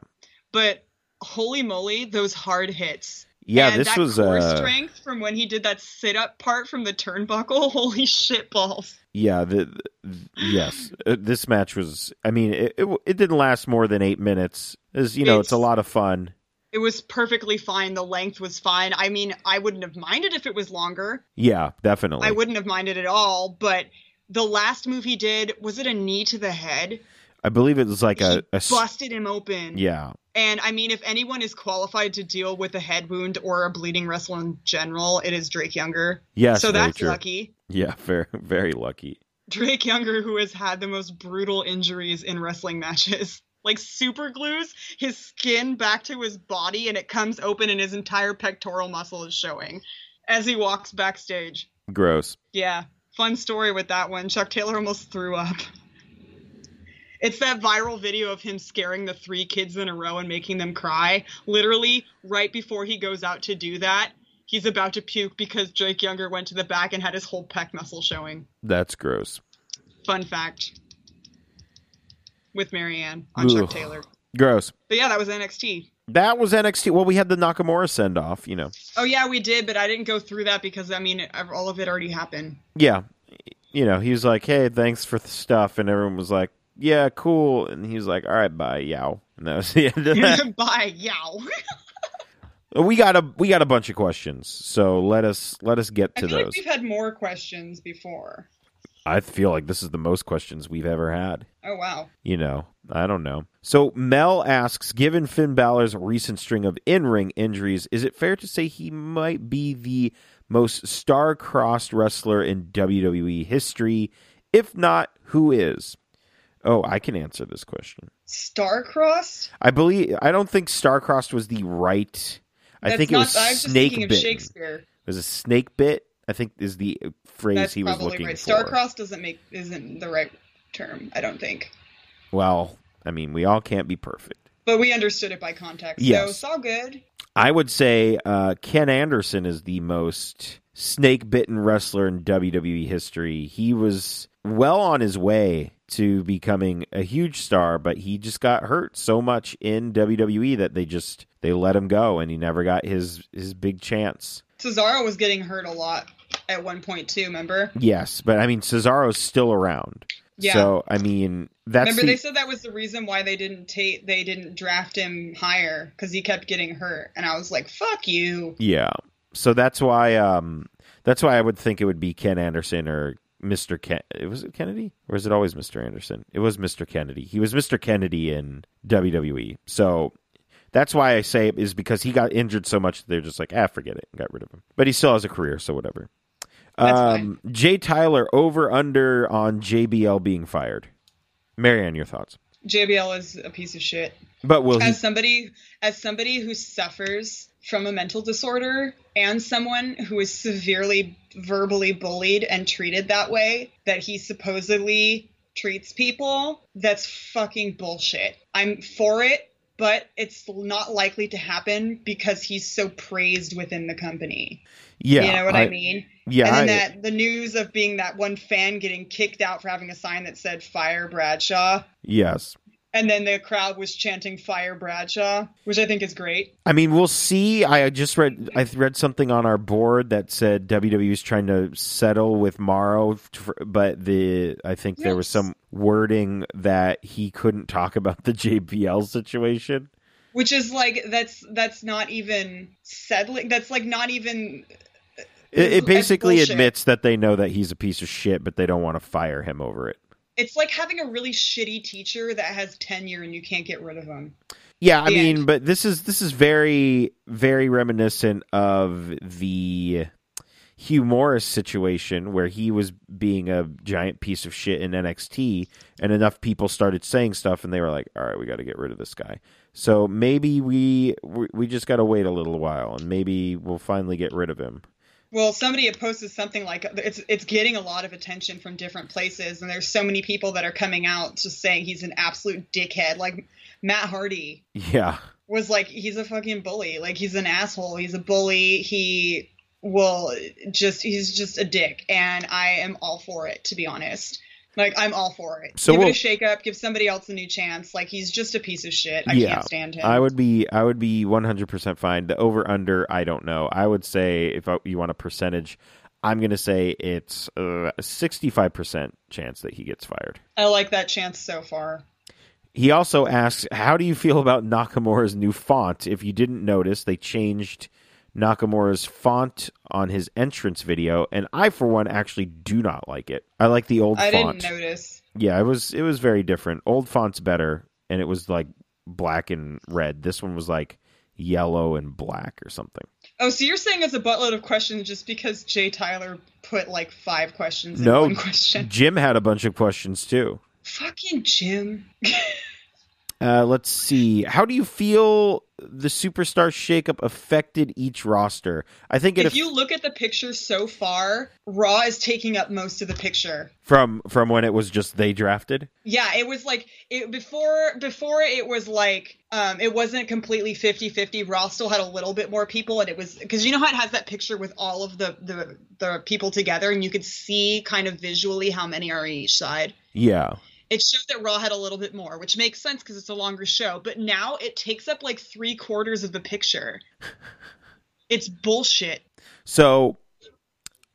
Speaker 3: But holy moly, those hard hits.
Speaker 2: Yeah,
Speaker 3: and
Speaker 2: this
Speaker 3: that
Speaker 2: was
Speaker 3: core
Speaker 2: uh
Speaker 3: strength from when he did that sit up part from the turnbuckle. <laughs> Holy shit balls.
Speaker 2: Yeah, the, the- yes, Uh, this match was. I mean, it, it w- it didn't last more than eight minutes. As you know, it's, a
Speaker 3: It's-
Speaker 2: lot of fun.
Speaker 3: It was perfectly fine. The length was fine. I mean, I wouldn't have minded if it was longer.
Speaker 2: Yeah, definitely.
Speaker 3: I wouldn't have minded at all, but the last move he did, was it a knee to the head?
Speaker 2: I believe it was like a,
Speaker 3: He
Speaker 2: a s-
Speaker 3: busted him open.
Speaker 2: yeah,
Speaker 3: And I mean, if anyone is qualified to deal with a head wound or a bleeding wrestler in general, it is Drake Younger.
Speaker 2: yes.
Speaker 3: so
Speaker 2: very
Speaker 3: that's
Speaker 2: true.
Speaker 3: lucky.
Speaker 2: Yeah, <laughs> very very lucky.
Speaker 3: Drake Younger, who has had the most brutal injuries in wrestling matches. <laughs> Like super glues his skin back to his body and it comes open and his entire pectoral muscle is showing as he walks backstage.
Speaker 2: Gross.
Speaker 3: Yeah. Fun story with that one. Chuck Taylor almost threw up. It's that viral video of him scaring the three kids in a row and making them cry. Literally, right before he goes out to do that, he's about to puke because Drake Younger went to the back and had his whole pec muscle showing.
Speaker 2: That's gross.
Speaker 3: Fun fact. With Marianne on
Speaker 2: Ugh.
Speaker 3: Chuck Taylor.
Speaker 2: Gross.
Speaker 3: But yeah, that was NXT.
Speaker 2: That was NXT. Well, we had the Nakamura send off. You know.
Speaker 3: Oh yeah, we did, but I didn't go through that because I mean, all of it already happened. <laughs>
Speaker 2: Yeah. You know, he was like, "Hey, thanks for the stuff," and everyone was like, "Yeah, cool." And he was like, "All right, bye, yow." And that was <laughs> the end of
Speaker 3: <laughs>
Speaker 2: that.
Speaker 3: Bye, yow.
Speaker 2: We got a we got a bunch of questions, so let us let us get
Speaker 3: I
Speaker 2: to
Speaker 3: feel
Speaker 2: those.
Speaker 3: like we've had more questions before.
Speaker 2: I feel like this is the most questions we've ever had.
Speaker 3: Oh wow.
Speaker 2: You know, I don't know. So Mel asks, given Finn Balor's recent string of in-ring injuries, is it fair to say he might be the most star-crossed wrestler in WWE history? If not, who is? Oh, I can answer this question.
Speaker 3: Star-crossed?
Speaker 2: I believe I don't think star-crossed was the right. I think it was
Speaker 3: I was just
Speaker 2: snake
Speaker 3: thinking of
Speaker 2: bitten.
Speaker 3: Shakespeare.
Speaker 2: It was a snake bit. I think is the phrase
Speaker 3: That's
Speaker 2: he was
Speaker 3: probably
Speaker 2: looking
Speaker 3: right.
Speaker 2: for.
Speaker 3: Star-crossed doesn't make isn't the right term, I don't think.
Speaker 2: Well, I mean, we all can't be perfect.
Speaker 3: But we understood it by context.
Speaker 2: Yes.
Speaker 3: So it's all good.
Speaker 2: I would say uh, Ken Anderson is the most snake bitten wrestler in WWE history. He was well on his way to becoming a huge star, but he just got hurt so much in WWE that they just they let him go, and he never got his his big chance.
Speaker 3: Cesaro was getting hurt a lot at one point too, remember?
Speaker 2: Yes, but I mean Cesaro's still around.
Speaker 3: Yeah.
Speaker 2: So I mean that's
Speaker 3: remember
Speaker 2: the-
Speaker 3: they said that was the reason why they didn't take they didn't draft him higher cuz he kept getting hurt and I was like, "Fuck you."
Speaker 2: Yeah. So that's why um that's why I would think it would be Ken Anderson or Mr. Ken was it Kennedy? Or is it always Mr. Anderson? It was Mr. Kennedy. He was Mr. Kennedy in WWE. So that's why I say it is because he got injured so much they're just like, ah, forget it and got rid of him. But he still has a career, so whatever.
Speaker 3: That's fine.
Speaker 2: um Jay Tyler over under on JBL being fired. Marianne, your thoughts.
Speaker 3: JBL is a piece of shit.
Speaker 2: But will he
Speaker 3: as somebody as somebody who suffers from a mental disorder and someone who is severely verbally bullied and treated that way that he supposedly treats people that's fucking bullshit i'm for it but it's not likely to happen because he's so praised within the company
Speaker 2: Yeah.
Speaker 3: you know what i, mean
Speaker 2: Yeah.
Speaker 3: and
Speaker 2: I-
Speaker 3: then that the news of being that one fan getting kicked out for having a sign that said fire bradshaw
Speaker 2: yes.
Speaker 3: and then the crowd was chanting "Fire Bradshaw," which I think is great.
Speaker 2: I mean, we'll see. I just read I read something on our board that said WWE is trying to settle with Morrow, f- but the I think there was
Speaker 3: Yes.
Speaker 2: some wording that he couldn't talk about the JBL situation.
Speaker 3: Which is like that's that's not even settling. That's like not even
Speaker 2: It, it
Speaker 3: That's
Speaker 2: basically
Speaker 3: bullshit.
Speaker 2: admits that they know that he's a piece of shit, but they don't want to fire him over it.
Speaker 3: it's like having a really shitty teacher that has tenure and you can't get rid of him.
Speaker 2: Yeah, I
Speaker 3: The
Speaker 2: mean,
Speaker 3: end.
Speaker 2: but this is this is very very reminiscent of the Hugh Morris situation where he was being a giant piece of shit in NXT, and enough people started saying stuff, and they were like, "All right, we got to get rid of this guy." So maybe we we we just got to wait a little while, and maybe we'll finally get rid of him. <laughs>
Speaker 3: Well, somebody had posted something like it's it's getting a lot of attention from different places, and there's so many people that are coming out just saying he's an absolute dickhead. Like Matt Hardy
Speaker 2: Yeah,
Speaker 3: was like he's a fucking bully, like he's an asshole, he's a bully, he will just he's just a dick, and I am all for it to be honest. Like I'm all for it.
Speaker 2: So
Speaker 3: give
Speaker 2: we'll-
Speaker 3: it a shake up, give somebody else a new chance. Like he's just a piece of shit. I
Speaker 2: Yeah,
Speaker 3: can't stand him.
Speaker 2: I would be I would be 100% fine. The over under, I don't know. I would say if I, you want a percentage, I'm going to say it's uh, a 65% chance that he gets fired.
Speaker 3: I like that chance so far.
Speaker 2: He also asks, "How do you feel about Nakamura's new font? If you didn't notice, they changed Nakamura's font on his entrance video, and I for one actually do not like it. I like the old
Speaker 3: I
Speaker 2: font.
Speaker 3: didn't notice.
Speaker 2: Yeah, it was it was very different. Old font's better, and it was like black and red. This one was like yellow and black or something.
Speaker 3: Oh, so you're saying it's a buttload of questions just because Jay Tyler put like five questions in
Speaker 2: No.
Speaker 3: one question?
Speaker 2: Jim had a bunch of questions too.
Speaker 3: Fucking Jim.
Speaker 2: Uh, let's see. How do you feel the superstar shakeup affected each roster? I think it
Speaker 3: If you look at the picture so far, Raw is taking up most of the picture.
Speaker 2: from from when it was just they drafted.
Speaker 3: Yeah, it was like it before before it was like um it wasn't completely 50-50. Raw still had a little bit more people and it was cuz you know how it has that picture with all of the the the people together and you could see kind of visually how many are on each side.
Speaker 2: Yeah,
Speaker 3: It showed that Raw had a little bit more, which makes sense because it's a longer show. But now it takes up like three quarters of the picture. it's bullshit.
Speaker 2: So,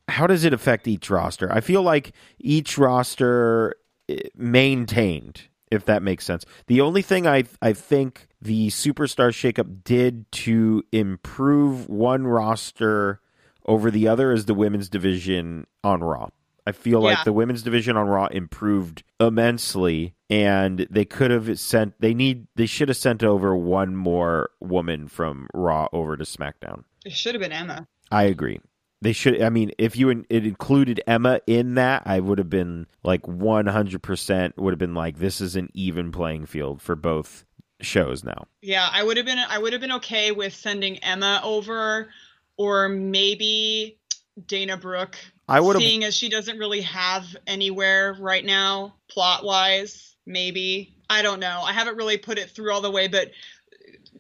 Speaker 2: how does it affect each roster? I feel like each roster eh, maintained, if that makes sense. The only thing I I think the superstar shakeup did to improve one roster over the other is the women's division on Raw. I feel like
Speaker 3: Yeah.
Speaker 2: the women's division on Raw improved immensely, and they could have sent. They need. They should have sent over one more woman from Raw over to SmackDown.
Speaker 3: It should have been Emma.
Speaker 2: I agree. They should. I mean, if you in, it included Emma in that, I would have been like one hundred percent. Would have been like, this is an even playing field for both shows now.
Speaker 3: Yeah, I would have been I would have been okay with sending Emma over or maybe Dana Brooke.
Speaker 2: I would have.
Speaker 3: seeing as she doesn't really have anywhere right now plot wise, maybe. I don't know. I haven't really put it through all the way, but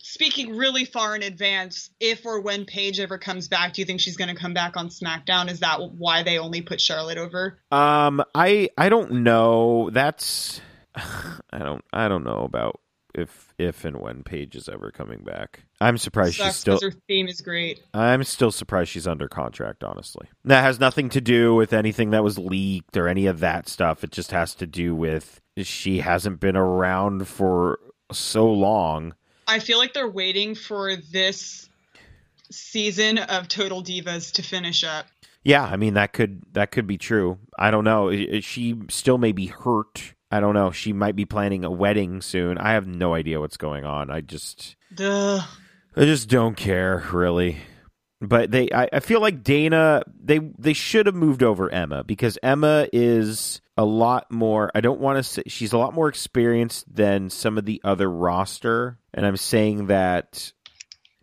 Speaker 3: speaking really far in advance, if or when Paige ever comes back, do you think she's going to come back on SmackDown? Is that why they only put Charlotte over?
Speaker 2: Um, I I don't know. That's <sighs> I don't I don't know about if if and when Paige is ever coming back. I'm surprised she's
Speaker 3: Sucks
Speaker 2: still.
Speaker 3: 'cause her theme is great.
Speaker 2: I'm still surprised she's under contract, honestly. That has nothing to do with anything that was leaked or any of that stuff. It just has to do with she hasn't been around for so long.
Speaker 3: I feel like they're waiting for this season of Total Divas to finish up.
Speaker 2: Yeah, I mean that could that could be true. I don't know. I- I- She still may be hurt. I don't know. She might be planning a wedding soon. I have no idea what's going on. I just
Speaker 3: The
Speaker 2: I just don't care really. But they I, I feel like Dana they they should have moved over Emma because Emma is a lot more I don't want to say she's a lot more experienced than some of the other roster and I'm saying that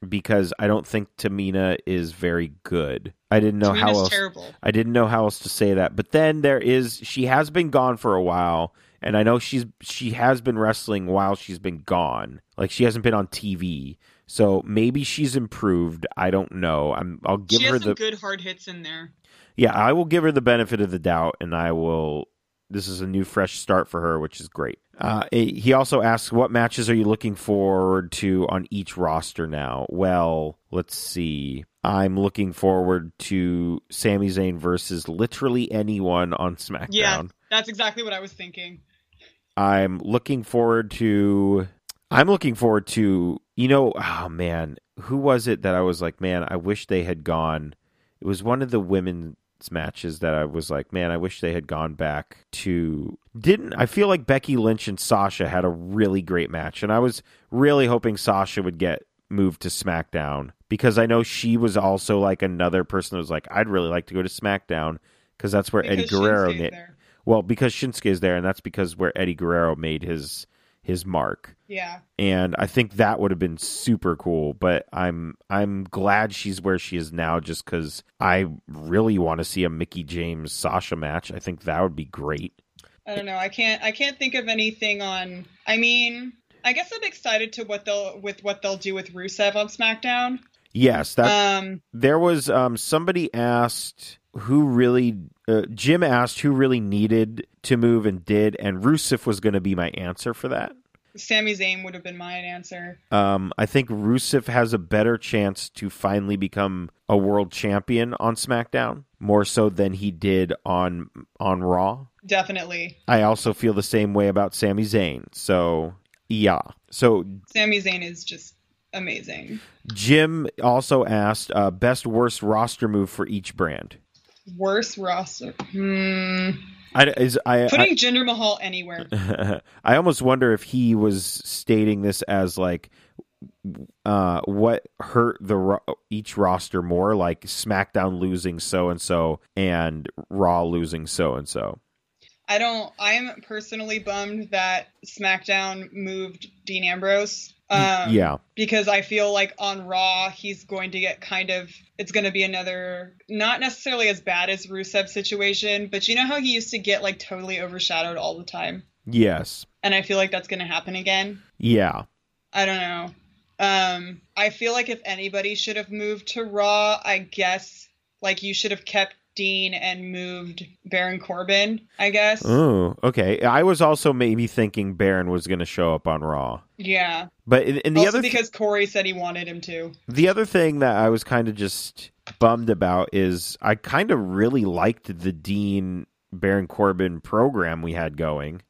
Speaker 2: because I don't think Tamina is very good. I didn't know
Speaker 3: Tamina's
Speaker 2: how else
Speaker 3: terrible.
Speaker 2: I didn't know how else to say that. But then there is she has been gone for a while and I know she's she has been wrestling while she's been gone. Like she hasn't been on TV. So maybe she's improved. I don't know. I'm I'll give
Speaker 3: she
Speaker 2: her
Speaker 3: has
Speaker 2: the
Speaker 3: some good hard hits in there.
Speaker 2: Yeah, I will give her the benefit of the doubt and I will this is a new fresh start for her, which is great. Uh, he also asks, "What matches are you looking forward to on each roster now?" Well, let's see. I'm looking forward to Sami Zayn versus literally anyone on SmackDown.
Speaker 3: Yeah, that's exactly what I was thinking.
Speaker 2: I'm looking forward to. I'm looking forward to. You know, oh man, who was it that I was like, man, I wish they had gone. It was one of the women's matches that I was like, man, I wish they had gone back to. Didn't I feel like Becky Lynch and Sasha had a really great match, and I was really hoping Sasha would get moved to SmackDown, because I know she was also like another person that was like, I'd really like to go to SmackDown because that's where Eddie
Speaker 3: Because
Speaker 2: Guerrero
Speaker 3: Shinsuke's
Speaker 2: made.
Speaker 3: there.
Speaker 2: Well, because Shinsuke is there, and that's because where Eddie Guerrero made his his mark.
Speaker 3: Yeah.
Speaker 2: And I think that would have been super cool. But I'm I'm glad she's where she is now, just because I really want to see a Mickey James Sasha match. I think that would be great.
Speaker 3: I don't know. I can't. I can't think of anything on. I mean, I guess I'm excited to what they'll with what they'll do with Rusev on SmackDown.
Speaker 2: Yes, that
Speaker 3: Um,
Speaker 2: there was um, somebody asked who really uh, Jim asked who really needed to move and did, and Rusev was going to be my answer for that.
Speaker 3: Sami Zayn would have been my answer.
Speaker 2: Um, I think Rusev has a better chance to finally become a world champion on SmackDown more so than he did on on Raw.
Speaker 3: Definitely,
Speaker 2: I also feel the same way about Sami Zayn. So yeah, so
Speaker 3: Sami Zayn is just amazing.
Speaker 2: Jim also asked uh, best worst roster move for each brand.
Speaker 3: Worst roster. Hmm.
Speaker 2: I is I, I
Speaker 3: Putting Jinder Mahal anywhere.
Speaker 2: <laughs> I almost wonder if he was stating this as like uh what hurt the ro- each roster more like smackdown losing so and so and raw losing so and so
Speaker 3: I don't. I am personally bummed that SmackDown moved Dean Ambrose. Um,
Speaker 2: yeah
Speaker 3: because I feel like on Raw he's going to get kind of it's going to be another not necessarily as bad as Rusev's situation, but you know how he used to get like totally overshadowed all the time,
Speaker 2: yes
Speaker 3: and I feel like that's going to happen again.
Speaker 2: yeah
Speaker 3: I don't know. Um, I feel like if anybody should have moved to Raw, I guess like you should have kept Dean and moved Baron Corbin. I guess.
Speaker 2: oh okay i was also maybe thinking baron was going to show up on raw
Speaker 3: Yeah.
Speaker 2: but and and the
Speaker 3: also
Speaker 2: other th-
Speaker 3: because Corey said he wanted him to.
Speaker 2: The other thing that I was kind of just bummed about is I kind of really liked the Dean Baron Corbin program we had going.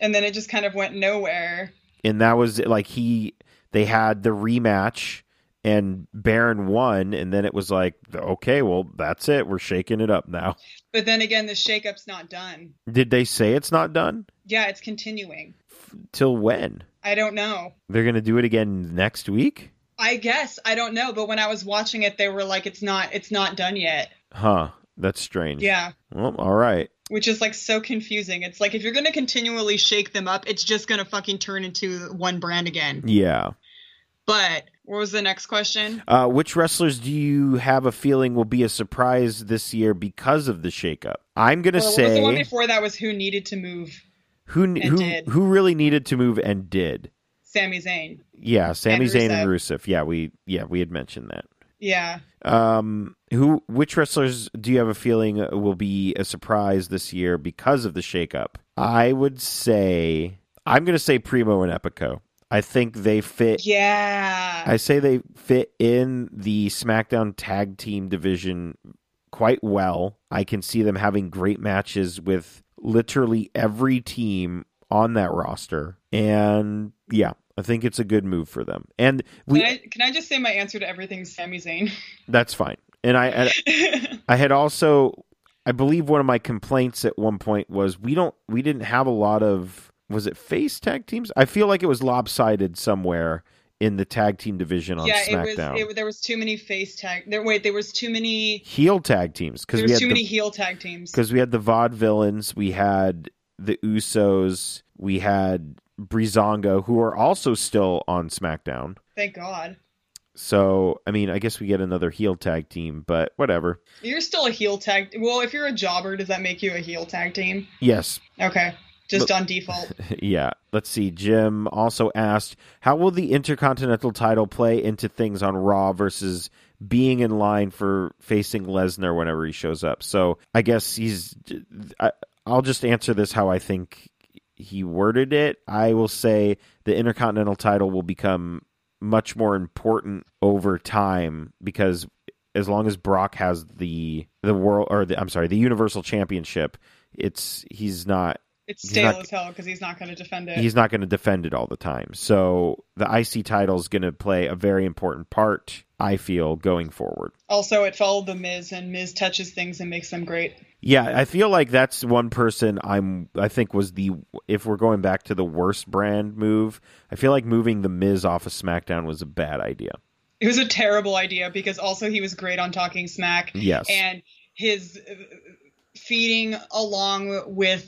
Speaker 3: And then it just kind of went nowhere.
Speaker 2: And that was like he they had the rematch and Baron won and then it was like okay, well that's it. We're shaking it up now. <laughs>
Speaker 3: But then again, the shakeup's not done.
Speaker 2: Did they say it's not done?
Speaker 3: Yeah, it's continuing.
Speaker 2: Till when?
Speaker 3: I don't know.
Speaker 2: They're going to do it again next week?
Speaker 3: I guess I don't know, but when I was watching it, they were like, "It's not, it's not done yet."
Speaker 2: Huh. That's strange.
Speaker 3: Yeah,
Speaker 2: Well, all right.
Speaker 3: which is like so confusing. It's like if you're gonna continually shake them up, it's just gonna fucking turn into one brand again.
Speaker 2: Yeah.
Speaker 3: But what was the next question?
Speaker 2: Uh, which wrestlers do you have a feeling will be a surprise this year because of the shakeup? I'm gonna
Speaker 3: Or what was the one
Speaker 2: say
Speaker 3: before that was who needed to move
Speaker 2: who
Speaker 3: and
Speaker 2: who
Speaker 3: did?
Speaker 2: who really needed to move and did.
Speaker 3: Sami Zayn.
Speaker 2: Yeah, Sami
Speaker 3: And
Speaker 2: Zayn and Rusev. Yeah, we yeah we had mentioned that.
Speaker 3: Yeah,
Speaker 2: Um, who which wrestlers do you have a feeling will be a surprise this year because of the shakeup? I would say I'm gonna say Primo and Epico. I think they fit
Speaker 3: yeah.
Speaker 2: I say they fit in the SmackDown tag team division quite well. I can see them having great matches with literally every team on that roster. And yeah, I think it's a good move for them. And we
Speaker 3: can, I, can I just say my answer to everything is
Speaker 2: <laughs>
Speaker 3: Sami Zayn?
Speaker 2: that's fine. And I and I had also I believe one of my complaints at one point was we don't we didn't have a lot of was it face tag teams? I feel like it was lopsided somewhere in the tag team division on
Speaker 3: yeah, it was.
Speaker 2: SmackDown.
Speaker 3: It, there was too many face tag. There, wait, there was too many.
Speaker 2: heel tag teams because
Speaker 3: There
Speaker 2: we
Speaker 3: was
Speaker 2: had
Speaker 3: too many
Speaker 2: the,
Speaker 3: heel tag teams.
Speaker 2: because we had the vaudevillains, we had the Usos, we had Brizongo, who are also still on SmackDown.
Speaker 3: Thank God.
Speaker 2: So I mean, I guess we get another heel tag team, but whatever.
Speaker 3: You're still a heel tag. Well, if you're a jobber, does that make you a heel tag team?
Speaker 2: Yes,
Speaker 3: Okay, just on default.
Speaker 2: <laughs> yeah. Let's see. Jim also asked, "How will the Intercontinental title play into things on Raw versus being in line for facing Lesnar whenever he shows up?" So I guess he's. I, I'll just answer this how I think he worded it. I will say the Intercontinental title will become much more important over time because as long as Brock has the the world or the I'm sorry the Universal Championship, it's he's not
Speaker 3: It's
Speaker 2: He's
Speaker 3: stale
Speaker 2: not-
Speaker 3: as hell because he's not going to defend
Speaker 2: <laughs>
Speaker 3: it.
Speaker 2: he's not going to defend it all the time. So the IC title is going to play a very important part, I feel, going forward.
Speaker 3: Also, it followed the Miz, and Miz touches things and makes them great.
Speaker 2: Yeah, I feel like that's one person I'm I think was the if we're going back to the worst brand move, I feel like moving the Miz off of SmackDown was a bad idea.
Speaker 3: It was a terrible idea because also he was great on talking smack
Speaker 2: Yes.
Speaker 3: and his uh, feeding along with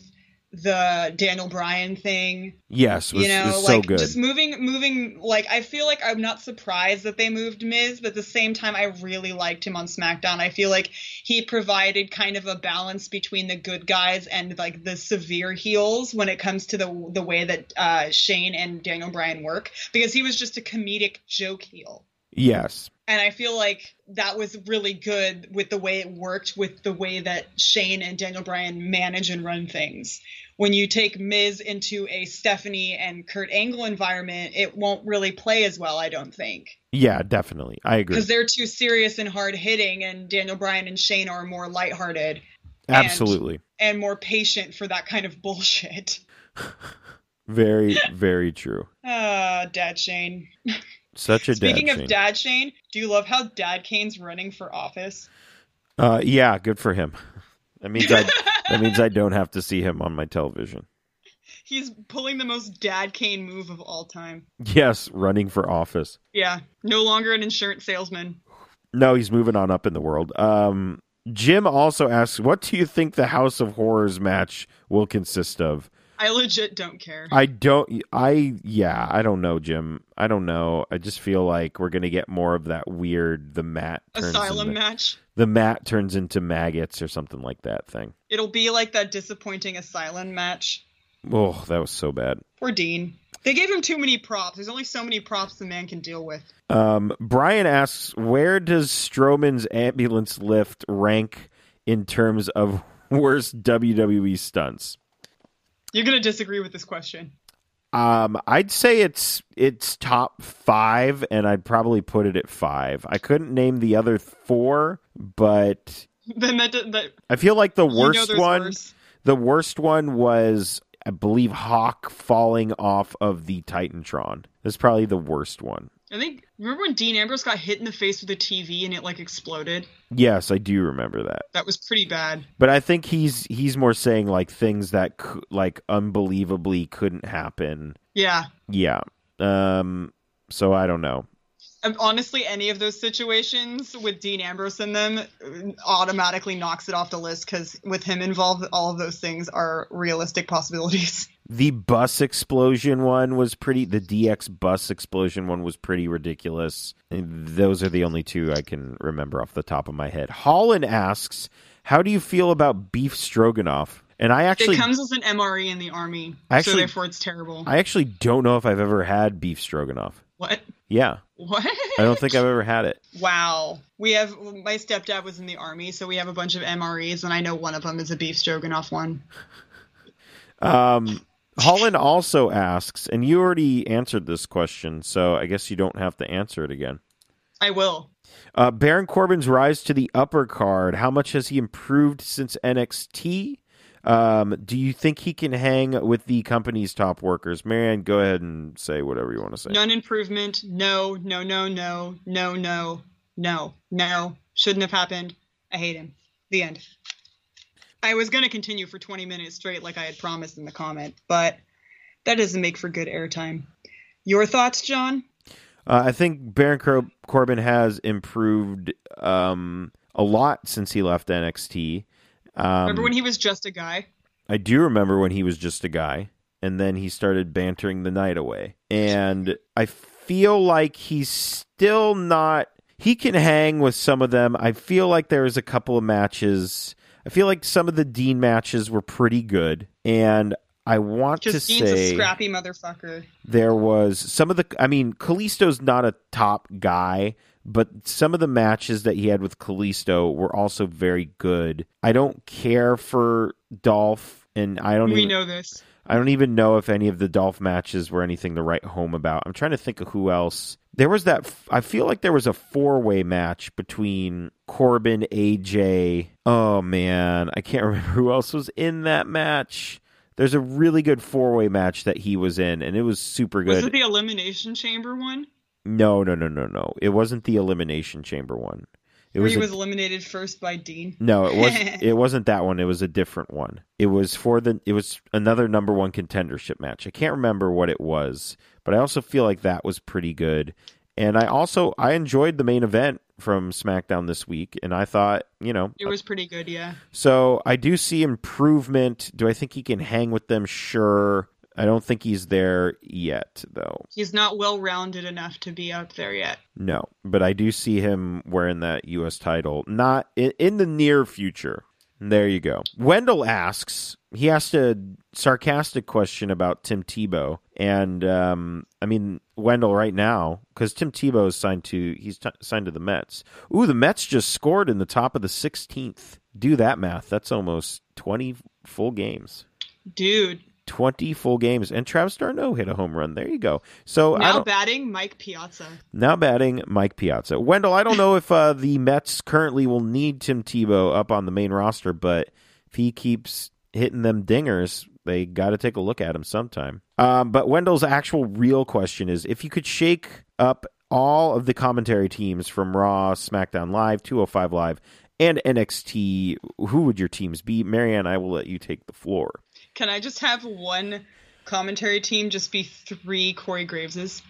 Speaker 3: the Daniel Bryan thing
Speaker 2: yes. Was,
Speaker 3: you know,
Speaker 2: was so
Speaker 3: like
Speaker 2: good.
Speaker 3: just moving, moving. Like I feel like I'm not surprised that they moved Miz, but at the same time, I really liked him on SmackDown. I feel like he provided kind of a balance between the good guys and like the severe heels when it comes to the the way that uh, Shane and Daniel Bryan work, because he was just a comedic joke heel.
Speaker 2: yes.
Speaker 3: And I feel like that was really good with the way it worked, with the way that Shane and Daniel Bryan manage and run things. When you take Miz into a Stephanie and Kurt Angle environment, it won't really play as well, I don't think.
Speaker 2: Yeah. Definitely. I agree.
Speaker 3: Because they're too serious and hard hitting, and Daniel Bryan and Shane are more lighthearted
Speaker 2: Absolutely.
Speaker 3: and more patient for that kind of <laughs> bullshit. <laughs>
Speaker 2: Very, very true.
Speaker 3: Ah, Dad Shane.
Speaker 2: Such a
Speaker 3: Speaking
Speaker 2: dad
Speaker 3: of
Speaker 2: scene.
Speaker 3: Dad Shane, do you love how Dad Kane's running for office?
Speaker 2: Uh, yeah, good for him. <laughs> That means I that means I don't have to see him on my television.
Speaker 3: He's pulling the most dad cane move of all time.
Speaker 2: Yes, running for office.
Speaker 3: Yeah, no longer an insurance salesman.
Speaker 2: No, he's moving on up in the world. Um, Jim also asks, "What do you think the House of Horrors match will consist of?"
Speaker 3: I legit don't care.
Speaker 2: I don't. I yeah, I don't know, Jim. I don't know. I just feel like we're gonna get more of that weird. The mat turns
Speaker 3: Asylum
Speaker 2: into,
Speaker 3: match.
Speaker 2: The mat turns into maggots or something like that thing.
Speaker 3: It'll be like that disappointing asylum match.
Speaker 2: Oh, that was so bad.
Speaker 3: Poor Dean. They gave him too many props. There's only so many props the man can deal with.
Speaker 2: Um, Brian asks, where does Strowman's ambulance lift rank in terms of <laughs> worst WWE stunts?
Speaker 3: You're gonna disagree with this question. <laughs>
Speaker 2: Um, I'd say it's it's top five, and I'd probably put it at five. I couldn't name the other four, but
Speaker 3: Then that, that
Speaker 2: I feel like the
Speaker 3: you know
Speaker 2: worst
Speaker 3: there's
Speaker 2: one,
Speaker 3: worse.
Speaker 2: the worst one was, I believe, Hawk falling off of the Titantron. That's probably the worst one.
Speaker 3: I think. Remember when Dean Ambrose got hit in the face with a TV and it like exploded?
Speaker 2: Yes, I do remember that.
Speaker 3: That was pretty bad.
Speaker 2: But I think he's he's more saying like things that cou- like unbelievably couldn't happen.
Speaker 3: Yeah.
Speaker 2: Yeah. Um. So I don't know.
Speaker 3: Um, honestly any of those situations with dean ambrose in them uh, automatically knocks it off the list because with him involved all of those things are realistic possibilities
Speaker 2: The bus explosion one was pretty. The DX bus explosion one was pretty ridiculous. And those are the only two I can remember off the top of my head. Holland asks, "How do you feel about beef stroganoff?" And I <laughs> actually,
Speaker 3: it comes as an mre in the army so
Speaker 2: Actually-
Speaker 3: therefore it's terrible
Speaker 2: I actually don't know if I've ever had beef stroganoff.
Speaker 3: what
Speaker 2: Yeah,
Speaker 3: what
Speaker 2: I don't think I've ever had it.
Speaker 3: <laughs> wow we have my stepdad was in the army so we have a bunch of mres and i know one of them is a beef stroganoff one
Speaker 2: Um, Holland also asks, and you already answered this question, so I guess you don't have to answer it again.
Speaker 3: i will
Speaker 2: Uh, Baron Corbin's rise to the upper card. How much has he improved since NXT? Um, do you think he can hang with the company's top workers? Marianne, go ahead and say whatever you want to say.
Speaker 3: none improvement no no no no no no no no shouldn't have happened i hate him the end i was going to continue for 20 minutes straight like i had promised in the comment but that doesn't make for good airtime your thoughts john
Speaker 2: Uh, I think Baron Cor- Corbin has improved um, a lot since he left NXT. Um,
Speaker 3: remember when he was just a guy
Speaker 2: I do remember when he was just a guy, and then he started bantering the night away. And I feel like he's still not. He can hang with some of them. I feel like there was a couple of matches. I feel like some of the Dean matches were pretty good, and I want to
Speaker 3: just dean's
Speaker 2: say
Speaker 3: a scrappy motherfucker
Speaker 2: there was some of the I mean Kalisto's not a top guy, but some of the matches that he had with Kalisto were also very good. I don't care for Dolph and I don't
Speaker 3: we
Speaker 2: even
Speaker 3: know this
Speaker 2: I don't even know if any of the Dolph matches were anything to write home about. I'm trying to think of who else. There was that f- I feel like there was a four-way match between Corbin, AJ. Oh man, I can't <laughs> remember who else was in that match. There's a really good four-way match that he was in and it was super good.
Speaker 3: was it the elimination chamber one
Speaker 2: No, no, no, no, no. It wasn't the elimination chamber one. It
Speaker 3: where
Speaker 2: was,
Speaker 3: he
Speaker 2: a-
Speaker 3: was eliminated first by dean
Speaker 2: no, it was it wasn't that one. It was a different one. It was for the it was another number one contendership match. I can't remember what it was, but I also feel like that was pretty good. And I also I enjoyed the main event from SmackDown this week, and I thought you know
Speaker 3: It was pretty good, yeah.
Speaker 2: so I do see improvement. Do I think he can hang with them? Sure. I don't think he's there yet though.
Speaker 3: He's not well rounded enough to be up there yet.
Speaker 2: No, but I do see him wearing that U.S. title, not in, in the near future. There you go. Wendell asks. He asked a sarcastic question about Tim Tebow, and um, I mean Wendell right now because Tim Tebow is signed to he's t- signed to the Mets. Ooh, the Mets just scored in the top of the sixteenth. Do that math. That's almost twenty full games.
Speaker 3: Dude,
Speaker 2: Twenty full games, and Travis Darno hit a home run. There you go. So I
Speaker 3: now
Speaker 2: don't,
Speaker 3: batting Mike Piazza.
Speaker 2: now batting Mike Piazza. Wendell, I don't know if uh, the Mets currently will need Tim Tebow up on the main roster, but if he keeps hitting them dingers, they got to take a look at him sometime. Um, but Wendell's actual real question is if you could shake up all of the commentary teams from Raw, SmackDown Live, 205 Live, and NXT, who would your teams be? Marianne, I will let you take the floor.
Speaker 3: Can I just have one commentary team just be three Corey Graveses?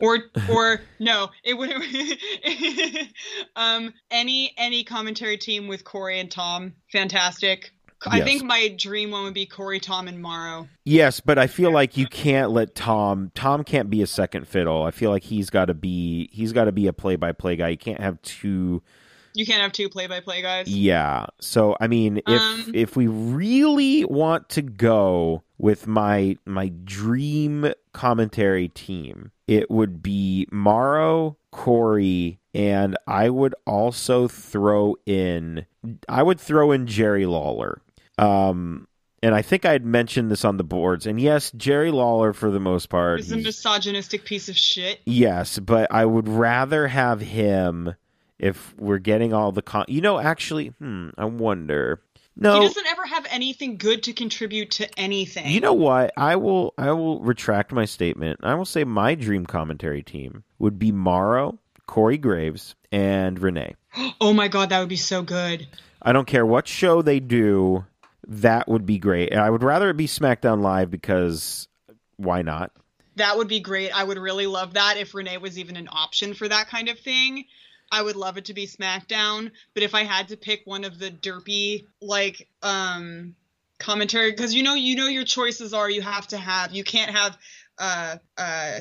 Speaker 3: Or
Speaker 2: <laughs>
Speaker 3: or no, it wouldn't <laughs> um any any commentary team with Corey and Tom. Fantastic. I
Speaker 2: Yes.
Speaker 3: think my dream one would be Corey, Tom, and Morrow.
Speaker 2: Yes, but I feel like you can't let Tom. Tom can't be a second fiddle. I feel like he's got to be. He's got to be a play-by-play guy. You can't have two.
Speaker 3: You can't have two play by play guys.
Speaker 2: Yeah. So I mean, if
Speaker 3: Um.
Speaker 2: if we really want to go with my my dream commentary team, it would be Morrow, Corey, and I would also throw in. I would throw in Jerry Lawler. Um. And I think I had mentioned this on the boards. And yes, Jerry Lawler, for the most part,
Speaker 3: Is a
Speaker 2: he's-
Speaker 3: misogynistic piece of shit.
Speaker 2: Yes, but I would rather have him if we're getting all the con. You know, actually, hmm, I wonder. No,
Speaker 3: He doesn't ever have anything good to contribute to anything.
Speaker 2: you know what? I will. I will retract my statement. I will say my dream commentary team would be Morrow, Corey Graves, and Renee.
Speaker 3: Oh my god, that would be so good.
Speaker 2: I don't care what show they do. That would be great. And I would rather it be SmackDown Live because why not?
Speaker 3: That would be great. I would really love that if Renee was even an option for that kind of thing. I would love it to be SmackDown, but if I had to pick one of the derpy like um commentary because you know you know your choices are you have to have you can't have uh uh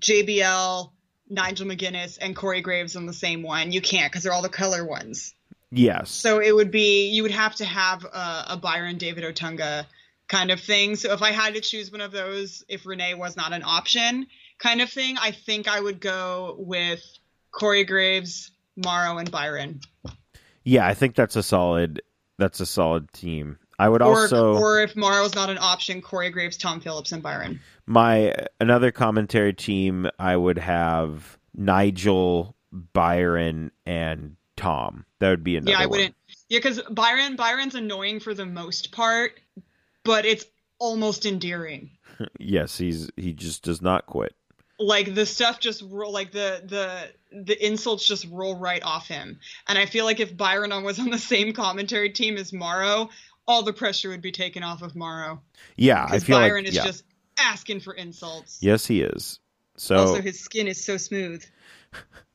Speaker 3: JBL, Nigel McGuinness, and Corey Graves on the same one. You can't because they're all the color ones.
Speaker 2: Yes.
Speaker 3: So it would be you would have to have a, a Byron David Otunga kind of thing. So if I had to choose one of those, if Renee was not an option, kind of thing, I think I would go with Corey Graves, Morrow, and Byron,
Speaker 2: yeah, I think that's a solid. That's a solid team. I would
Speaker 3: or
Speaker 2: also.
Speaker 3: or if Morrow's not an option, Corey Graves, Tom Phillips, and Byron.
Speaker 2: my another commentary team i would have nigel byron and tom that would be another
Speaker 3: yeah, I
Speaker 2: one.
Speaker 3: wouldn't. Yeah, because Byron Byron's annoying for the most part, but it's almost endearing.
Speaker 2: <laughs> yes he's he just does not quit
Speaker 3: like the stuff just roll like the the the insults just roll right off him and i feel like if byron was on the same commentary team as morrow all the pressure would be taken off of morrow
Speaker 2: yeah i
Speaker 3: because
Speaker 2: feel
Speaker 3: byron
Speaker 2: like
Speaker 3: is
Speaker 2: yeah.
Speaker 3: just asking for insults
Speaker 2: yes he is so
Speaker 3: also his skin is so smooth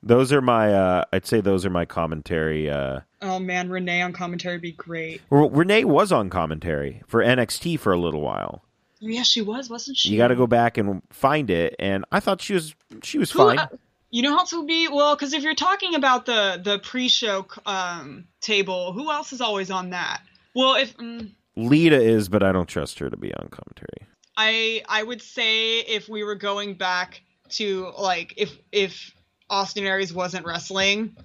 Speaker 2: those are my uh i'd say those are my commentary uh
Speaker 3: oh man renee on commentary would be great
Speaker 2: R- renee was on commentary for nxt for a little while
Speaker 3: oh, yeah she was wasn't she
Speaker 2: you got to go back and find it and i thought she was she was
Speaker 3: Who-
Speaker 2: fine
Speaker 3: uh, you know who else would be well because if you're talking about the the pre-show um table who else is always on that well if mm,
Speaker 2: lita is but i don't trust her to be on commentary
Speaker 3: I I would say if we were going back to like if if Austin Aries wasn't wrestling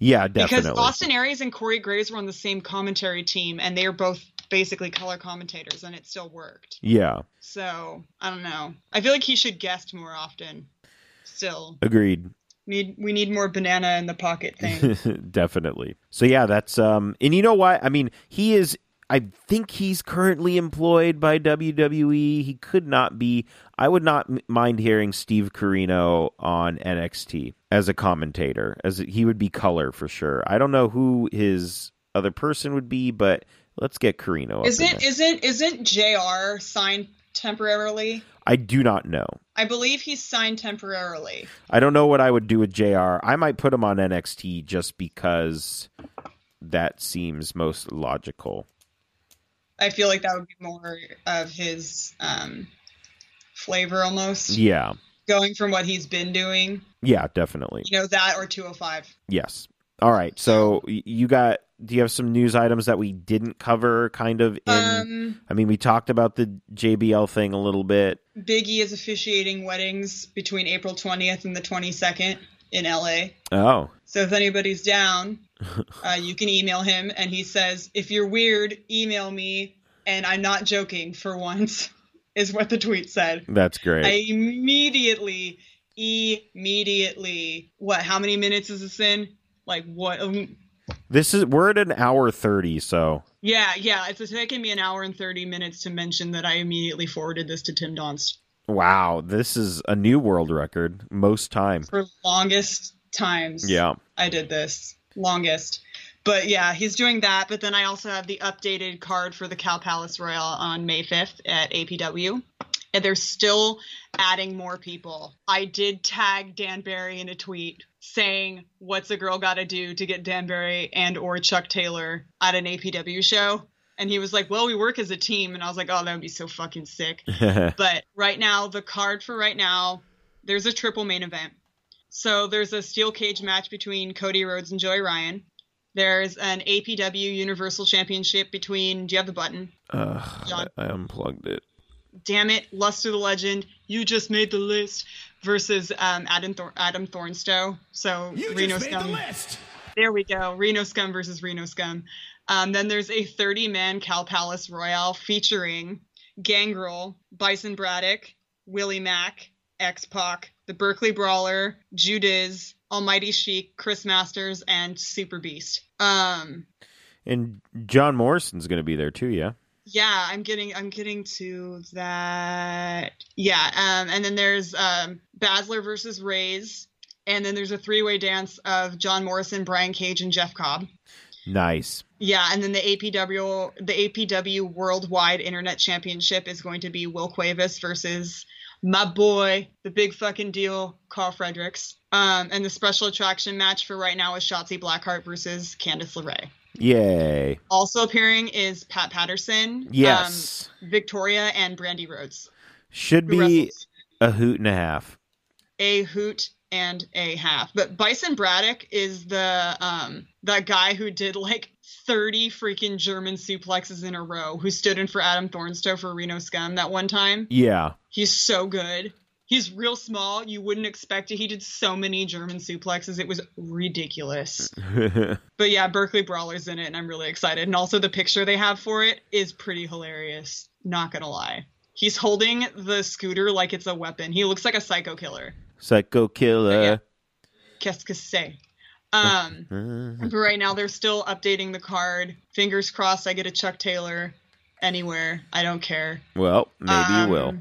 Speaker 2: yeah definitely
Speaker 3: because Austin Aries and Corey Graves were on the same commentary team and they are both basically color commentators and it still worked.
Speaker 2: yeah
Speaker 3: So I don't know. I feel like he should guest more often. Still
Speaker 2: Agreed.
Speaker 3: need we need more banana in the pocket thing.
Speaker 2: <laughs> Definitely. So yeah, that's um and you know why? I mean, he is I think he's currently employed by WWE. He could not be I would not m- mind hearing Steve Carino on NXT as a commentator. As he would be color for sure. I don't know who his other person would be, but let's get Carino. up in
Speaker 3: isn't
Speaker 2: there.
Speaker 3: isn't isn't Jr. signed temporarily.
Speaker 2: I do not know.
Speaker 3: I believe he's signed temporarily.
Speaker 2: I don't know what I would do with JR. I might put him on NXT just because that seems most logical.
Speaker 3: I feel like that would be more of his um, flavor almost,
Speaker 2: Yeah.
Speaker 3: going from what he's been doing.
Speaker 2: Yeah, definitely.
Speaker 3: You know, that or 205.
Speaker 2: Yes. All right. So y- you got do you have some news items that we didn't cover kind of in
Speaker 3: Um,
Speaker 2: I mean, we talked about the JBL thing a little bit.
Speaker 3: Biggie is officiating weddings between April 20th and the 22nd in LA.
Speaker 2: Oh.
Speaker 3: So if anybody's down, uh, you can email him. And he says, if you're weird, email me. And I'm not joking for once, <laughs> is what the tweet said.
Speaker 2: That's great.
Speaker 3: I immediately, immediately, what, how many minutes is this in? Like, what? Um,
Speaker 2: This is we're at an hour 30, so
Speaker 3: yeah, yeah. It's taken me an hour and 30 minutes to mention that I immediately forwarded this to Tim Donst
Speaker 2: wow, this is a new world record most time.
Speaker 3: for longest times.
Speaker 2: Yeah.
Speaker 3: I did this longest. But yeah, he's doing that. But then I also have the updated card for the Cal Palace Royal on May 5th at APW. And they're still adding more people. I did tag Dan Barry in a tweet saying, What's a girl gotta do to get Dan Barry and or Chuck Taylor at an APW show? And he was like, Well, we work as a team. And I was like, Oh, that would be so fucking sick. But right now, the card for right now, there's a triple main event. So there's a steel cage match between Cody Rhodes and Joey Ryan. There's an APW Universal Championship between. Do you have the button?
Speaker 2: Ugh,
Speaker 3: John.
Speaker 2: I unplugged it.
Speaker 3: Damn it, Luster the Legend. You just made the list versus um, Adam Thor- Adam Thornstow. So Reno Scum. There we go. Reno Scum versus Reno Scum. Um, then there's a 30 man Cal Palace Royale featuring Gangrel, Bison Braddock, Willie Mack, X Pac, the Berkeley Brawler, Judiz, Almighty Sheik, Chris Masters, and Super Beast. Um,
Speaker 2: And John Morrison's going to be there too, yeah.
Speaker 3: yeah, I'm getting I'm getting to that. Yeah, um, and then there's um, Basler versus Rays, and then there's a three way dance of John Morrison, Brian Cage, and Jeff Cobb.
Speaker 2: Nice.
Speaker 3: Yeah, and then the APW the APW Worldwide Internet Championship is going to be Will Cuevas versus my boy, the big fucking deal, Carl Fredericks. Um, and the special attraction match for right now is Shotzi Blackheart versus Candice LeRae.
Speaker 2: Yay.
Speaker 3: Also appearing is Pat Patterson,
Speaker 2: Yes.
Speaker 3: um, Victoria, and Brandy Rhodes.
Speaker 2: Should
Speaker 3: who
Speaker 2: be
Speaker 3: wrestles
Speaker 2: a hoot and a half.
Speaker 3: a hoot and a half. But Bison Braddock is the um that guy who did like 30 freaking German suplexes in a row, who stood in for Adam Thornstow for Reno Scum that one time.
Speaker 2: Yeah.
Speaker 3: He's so good. He's real small. You wouldn't expect it. He did so many German suplexes. It was ridiculous. But yeah, Berkeley Brawler's in it, and I'm really excited. And also, the picture they have for it is pretty hilarious. Not gonna lie. He's holding the scooter like it's a weapon. He looks like a psycho killer.
Speaker 2: Psycho killer.
Speaker 3: Qu'est-ce que c'est? Um,
Speaker 2: Uh-huh.
Speaker 3: but right now they're still updating the card. Fingers crossed I get a Chuck Taylor anywhere. I don't care.
Speaker 2: Well, maybe
Speaker 3: Um,
Speaker 2: you will.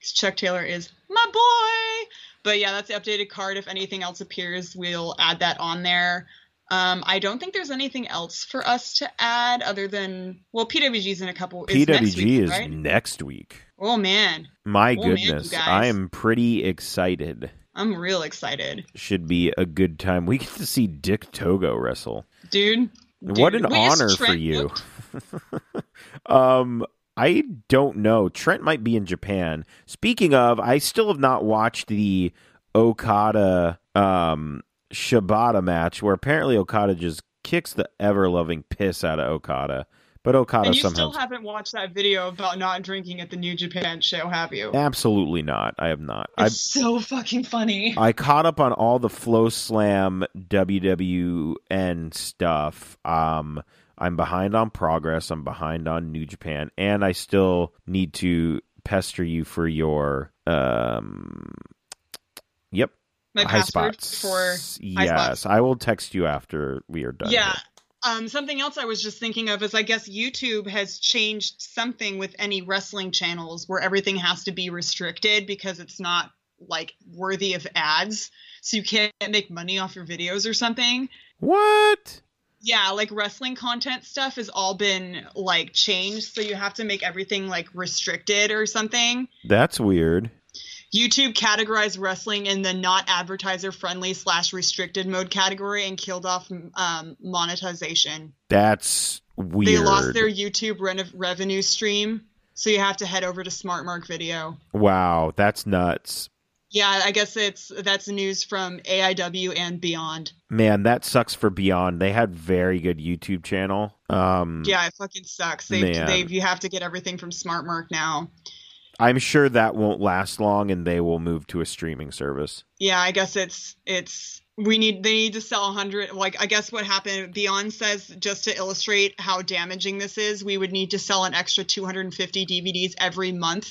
Speaker 3: 'cause Chuck Taylor is my boy. But yeah, that's the updated card. If anything else appears, we'll add that on there. Um, I don't think there's anything else for us to add other than well, PWG's in a couple. is
Speaker 2: PWG
Speaker 3: next week,
Speaker 2: is
Speaker 3: right?
Speaker 2: next week.
Speaker 3: Oh man,
Speaker 2: My
Speaker 3: Oh, man, you
Speaker 2: goodness.
Speaker 3: guys.
Speaker 2: I am pretty excited.
Speaker 3: I'm real excited,
Speaker 2: Should be a good time. We get to see Dick Togo wrestle.
Speaker 3: dude.
Speaker 2: what
Speaker 3: dude.
Speaker 2: an
Speaker 3: Wait, is
Speaker 2: honor for
Speaker 3: Trent
Speaker 2: you.
Speaker 3: booked?
Speaker 2: <laughs> um I don't know. Trent might be in Japan. Speaking of, I still have not watched the Okada um Shibata match where apparently Okada just kicks the ever loving piss out of Okada. But Okada
Speaker 3: And you
Speaker 2: somehow
Speaker 3: still haven't watched that video about not drinking at the New Japan show, have you?
Speaker 2: Absolutely not. I have not. I
Speaker 3: It's so fucking funny.
Speaker 2: I caught up on all the Flow Slam WWN stuff. Um, I'm behind on Progress. I'm behind on New Japan, and I still need to pester you for your um. Yep,
Speaker 3: My
Speaker 2: high
Speaker 3: password
Speaker 2: spots.
Speaker 3: for high
Speaker 2: yes,
Speaker 3: spots.
Speaker 2: I will text you after we are done.
Speaker 3: yeah.
Speaker 2: here.
Speaker 3: Um, something else I was just thinking of is I guess YouTube has changed something with any wrestling channels where everything has to be restricted because it's not like worthy of ads, so you can't make money off your videos or something.
Speaker 2: What?
Speaker 3: yeah, like wrestling content stuff has all been like changed, so you have to make everything like restricted or something.
Speaker 2: That's weird.
Speaker 3: YouTube categorized wrestling in the not advertiser friendly slash restricted mode category and killed off um, monetization.
Speaker 2: That's weird.
Speaker 3: They lost their YouTube re- revenue stream, so you have to head over to SmartMark Video.
Speaker 2: wow, that's nuts.
Speaker 3: Yeah, I guess it's that's news from AIW and beyond.
Speaker 2: Man, that sucks for Beyond. They had very good YouTube channel. Um
Speaker 3: Yeah, it fucking sucks. They
Speaker 2: Man.
Speaker 3: they you have to get everything from SmartMark now.
Speaker 2: I'm sure that won't last long and they will move to a streaming service.
Speaker 3: yeah i guess it's it's we need they need to sell 100 like i guess what happened beyond says just to illustrate how damaging this is we would need to sell an extra 250 dvds every month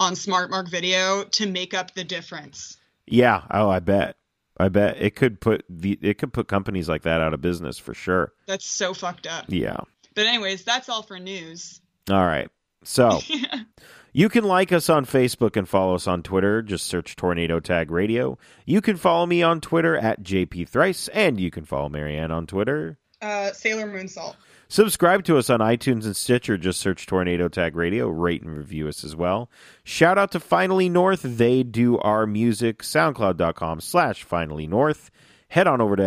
Speaker 3: on smartmark video to make up the difference
Speaker 2: Yeah, oh I bet. I bet it could put the it could put companies like that out of business for sure.
Speaker 3: that's so fucked up
Speaker 2: Yeah.
Speaker 3: but anyways that's all for news
Speaker 2: All right. So You can like us on Facebook and follow us on Twitter. Just search Tornado Tag Radio. You can follow me on Twitter at JP Thrice, and you can follow Marianne on Twitter.
Speaker 3: uh sailor moonsault
Speaker 2: Subscribe to us on iTunes and Stitcher. Just search Tornado Tag Radio. Rate and review us as well. Shout out to Finally North. They do our music. SoundCloud.com slash Finally North. Head on over to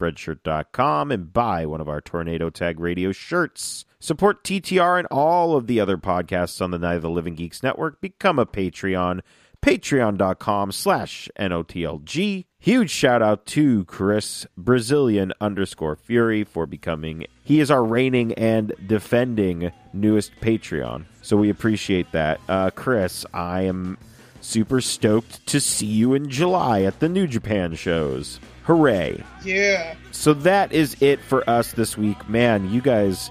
Speaker 2: notlg.spreadshirt.com and buy one of our Tornado Tag Radio shirts. Support TTR and all of the other podcasts on the Night of the Living Geeks Network. Become a Patreon patreon.com slash notlg huge shout out to chris brazilian underscore fury for becoming he is our reigning and defending newest patreon so we appreciate that uh, chris i am super stoked to see you in july at the new japan shows hooray
Speaker 3: yeah
Speaker 2: so that is it for us this week man you guys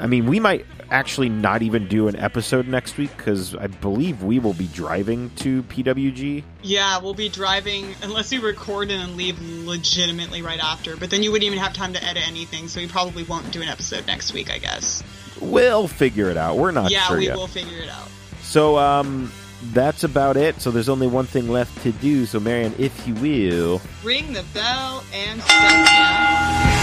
Speaker 2: i mean we might actually not even do an episode next week because i believe we will be driving to pwg
Speaker 3: yeah we'll be driving unless we record and then leave legitimately right after but then you wouldn't even have time to edit anything so we probably won't do an episode next week i guess
Speaker 2: we'll figure it out we're not
Speaker 3: yeah
Speaker 2: sure
Speaker 3: we
Speaker 2: yet
Speaker 3: will figure it out
Speaker 2: so um that's about it so there's only one thing left to do so marion if you will
Speaker 3: Ring the bell and step down.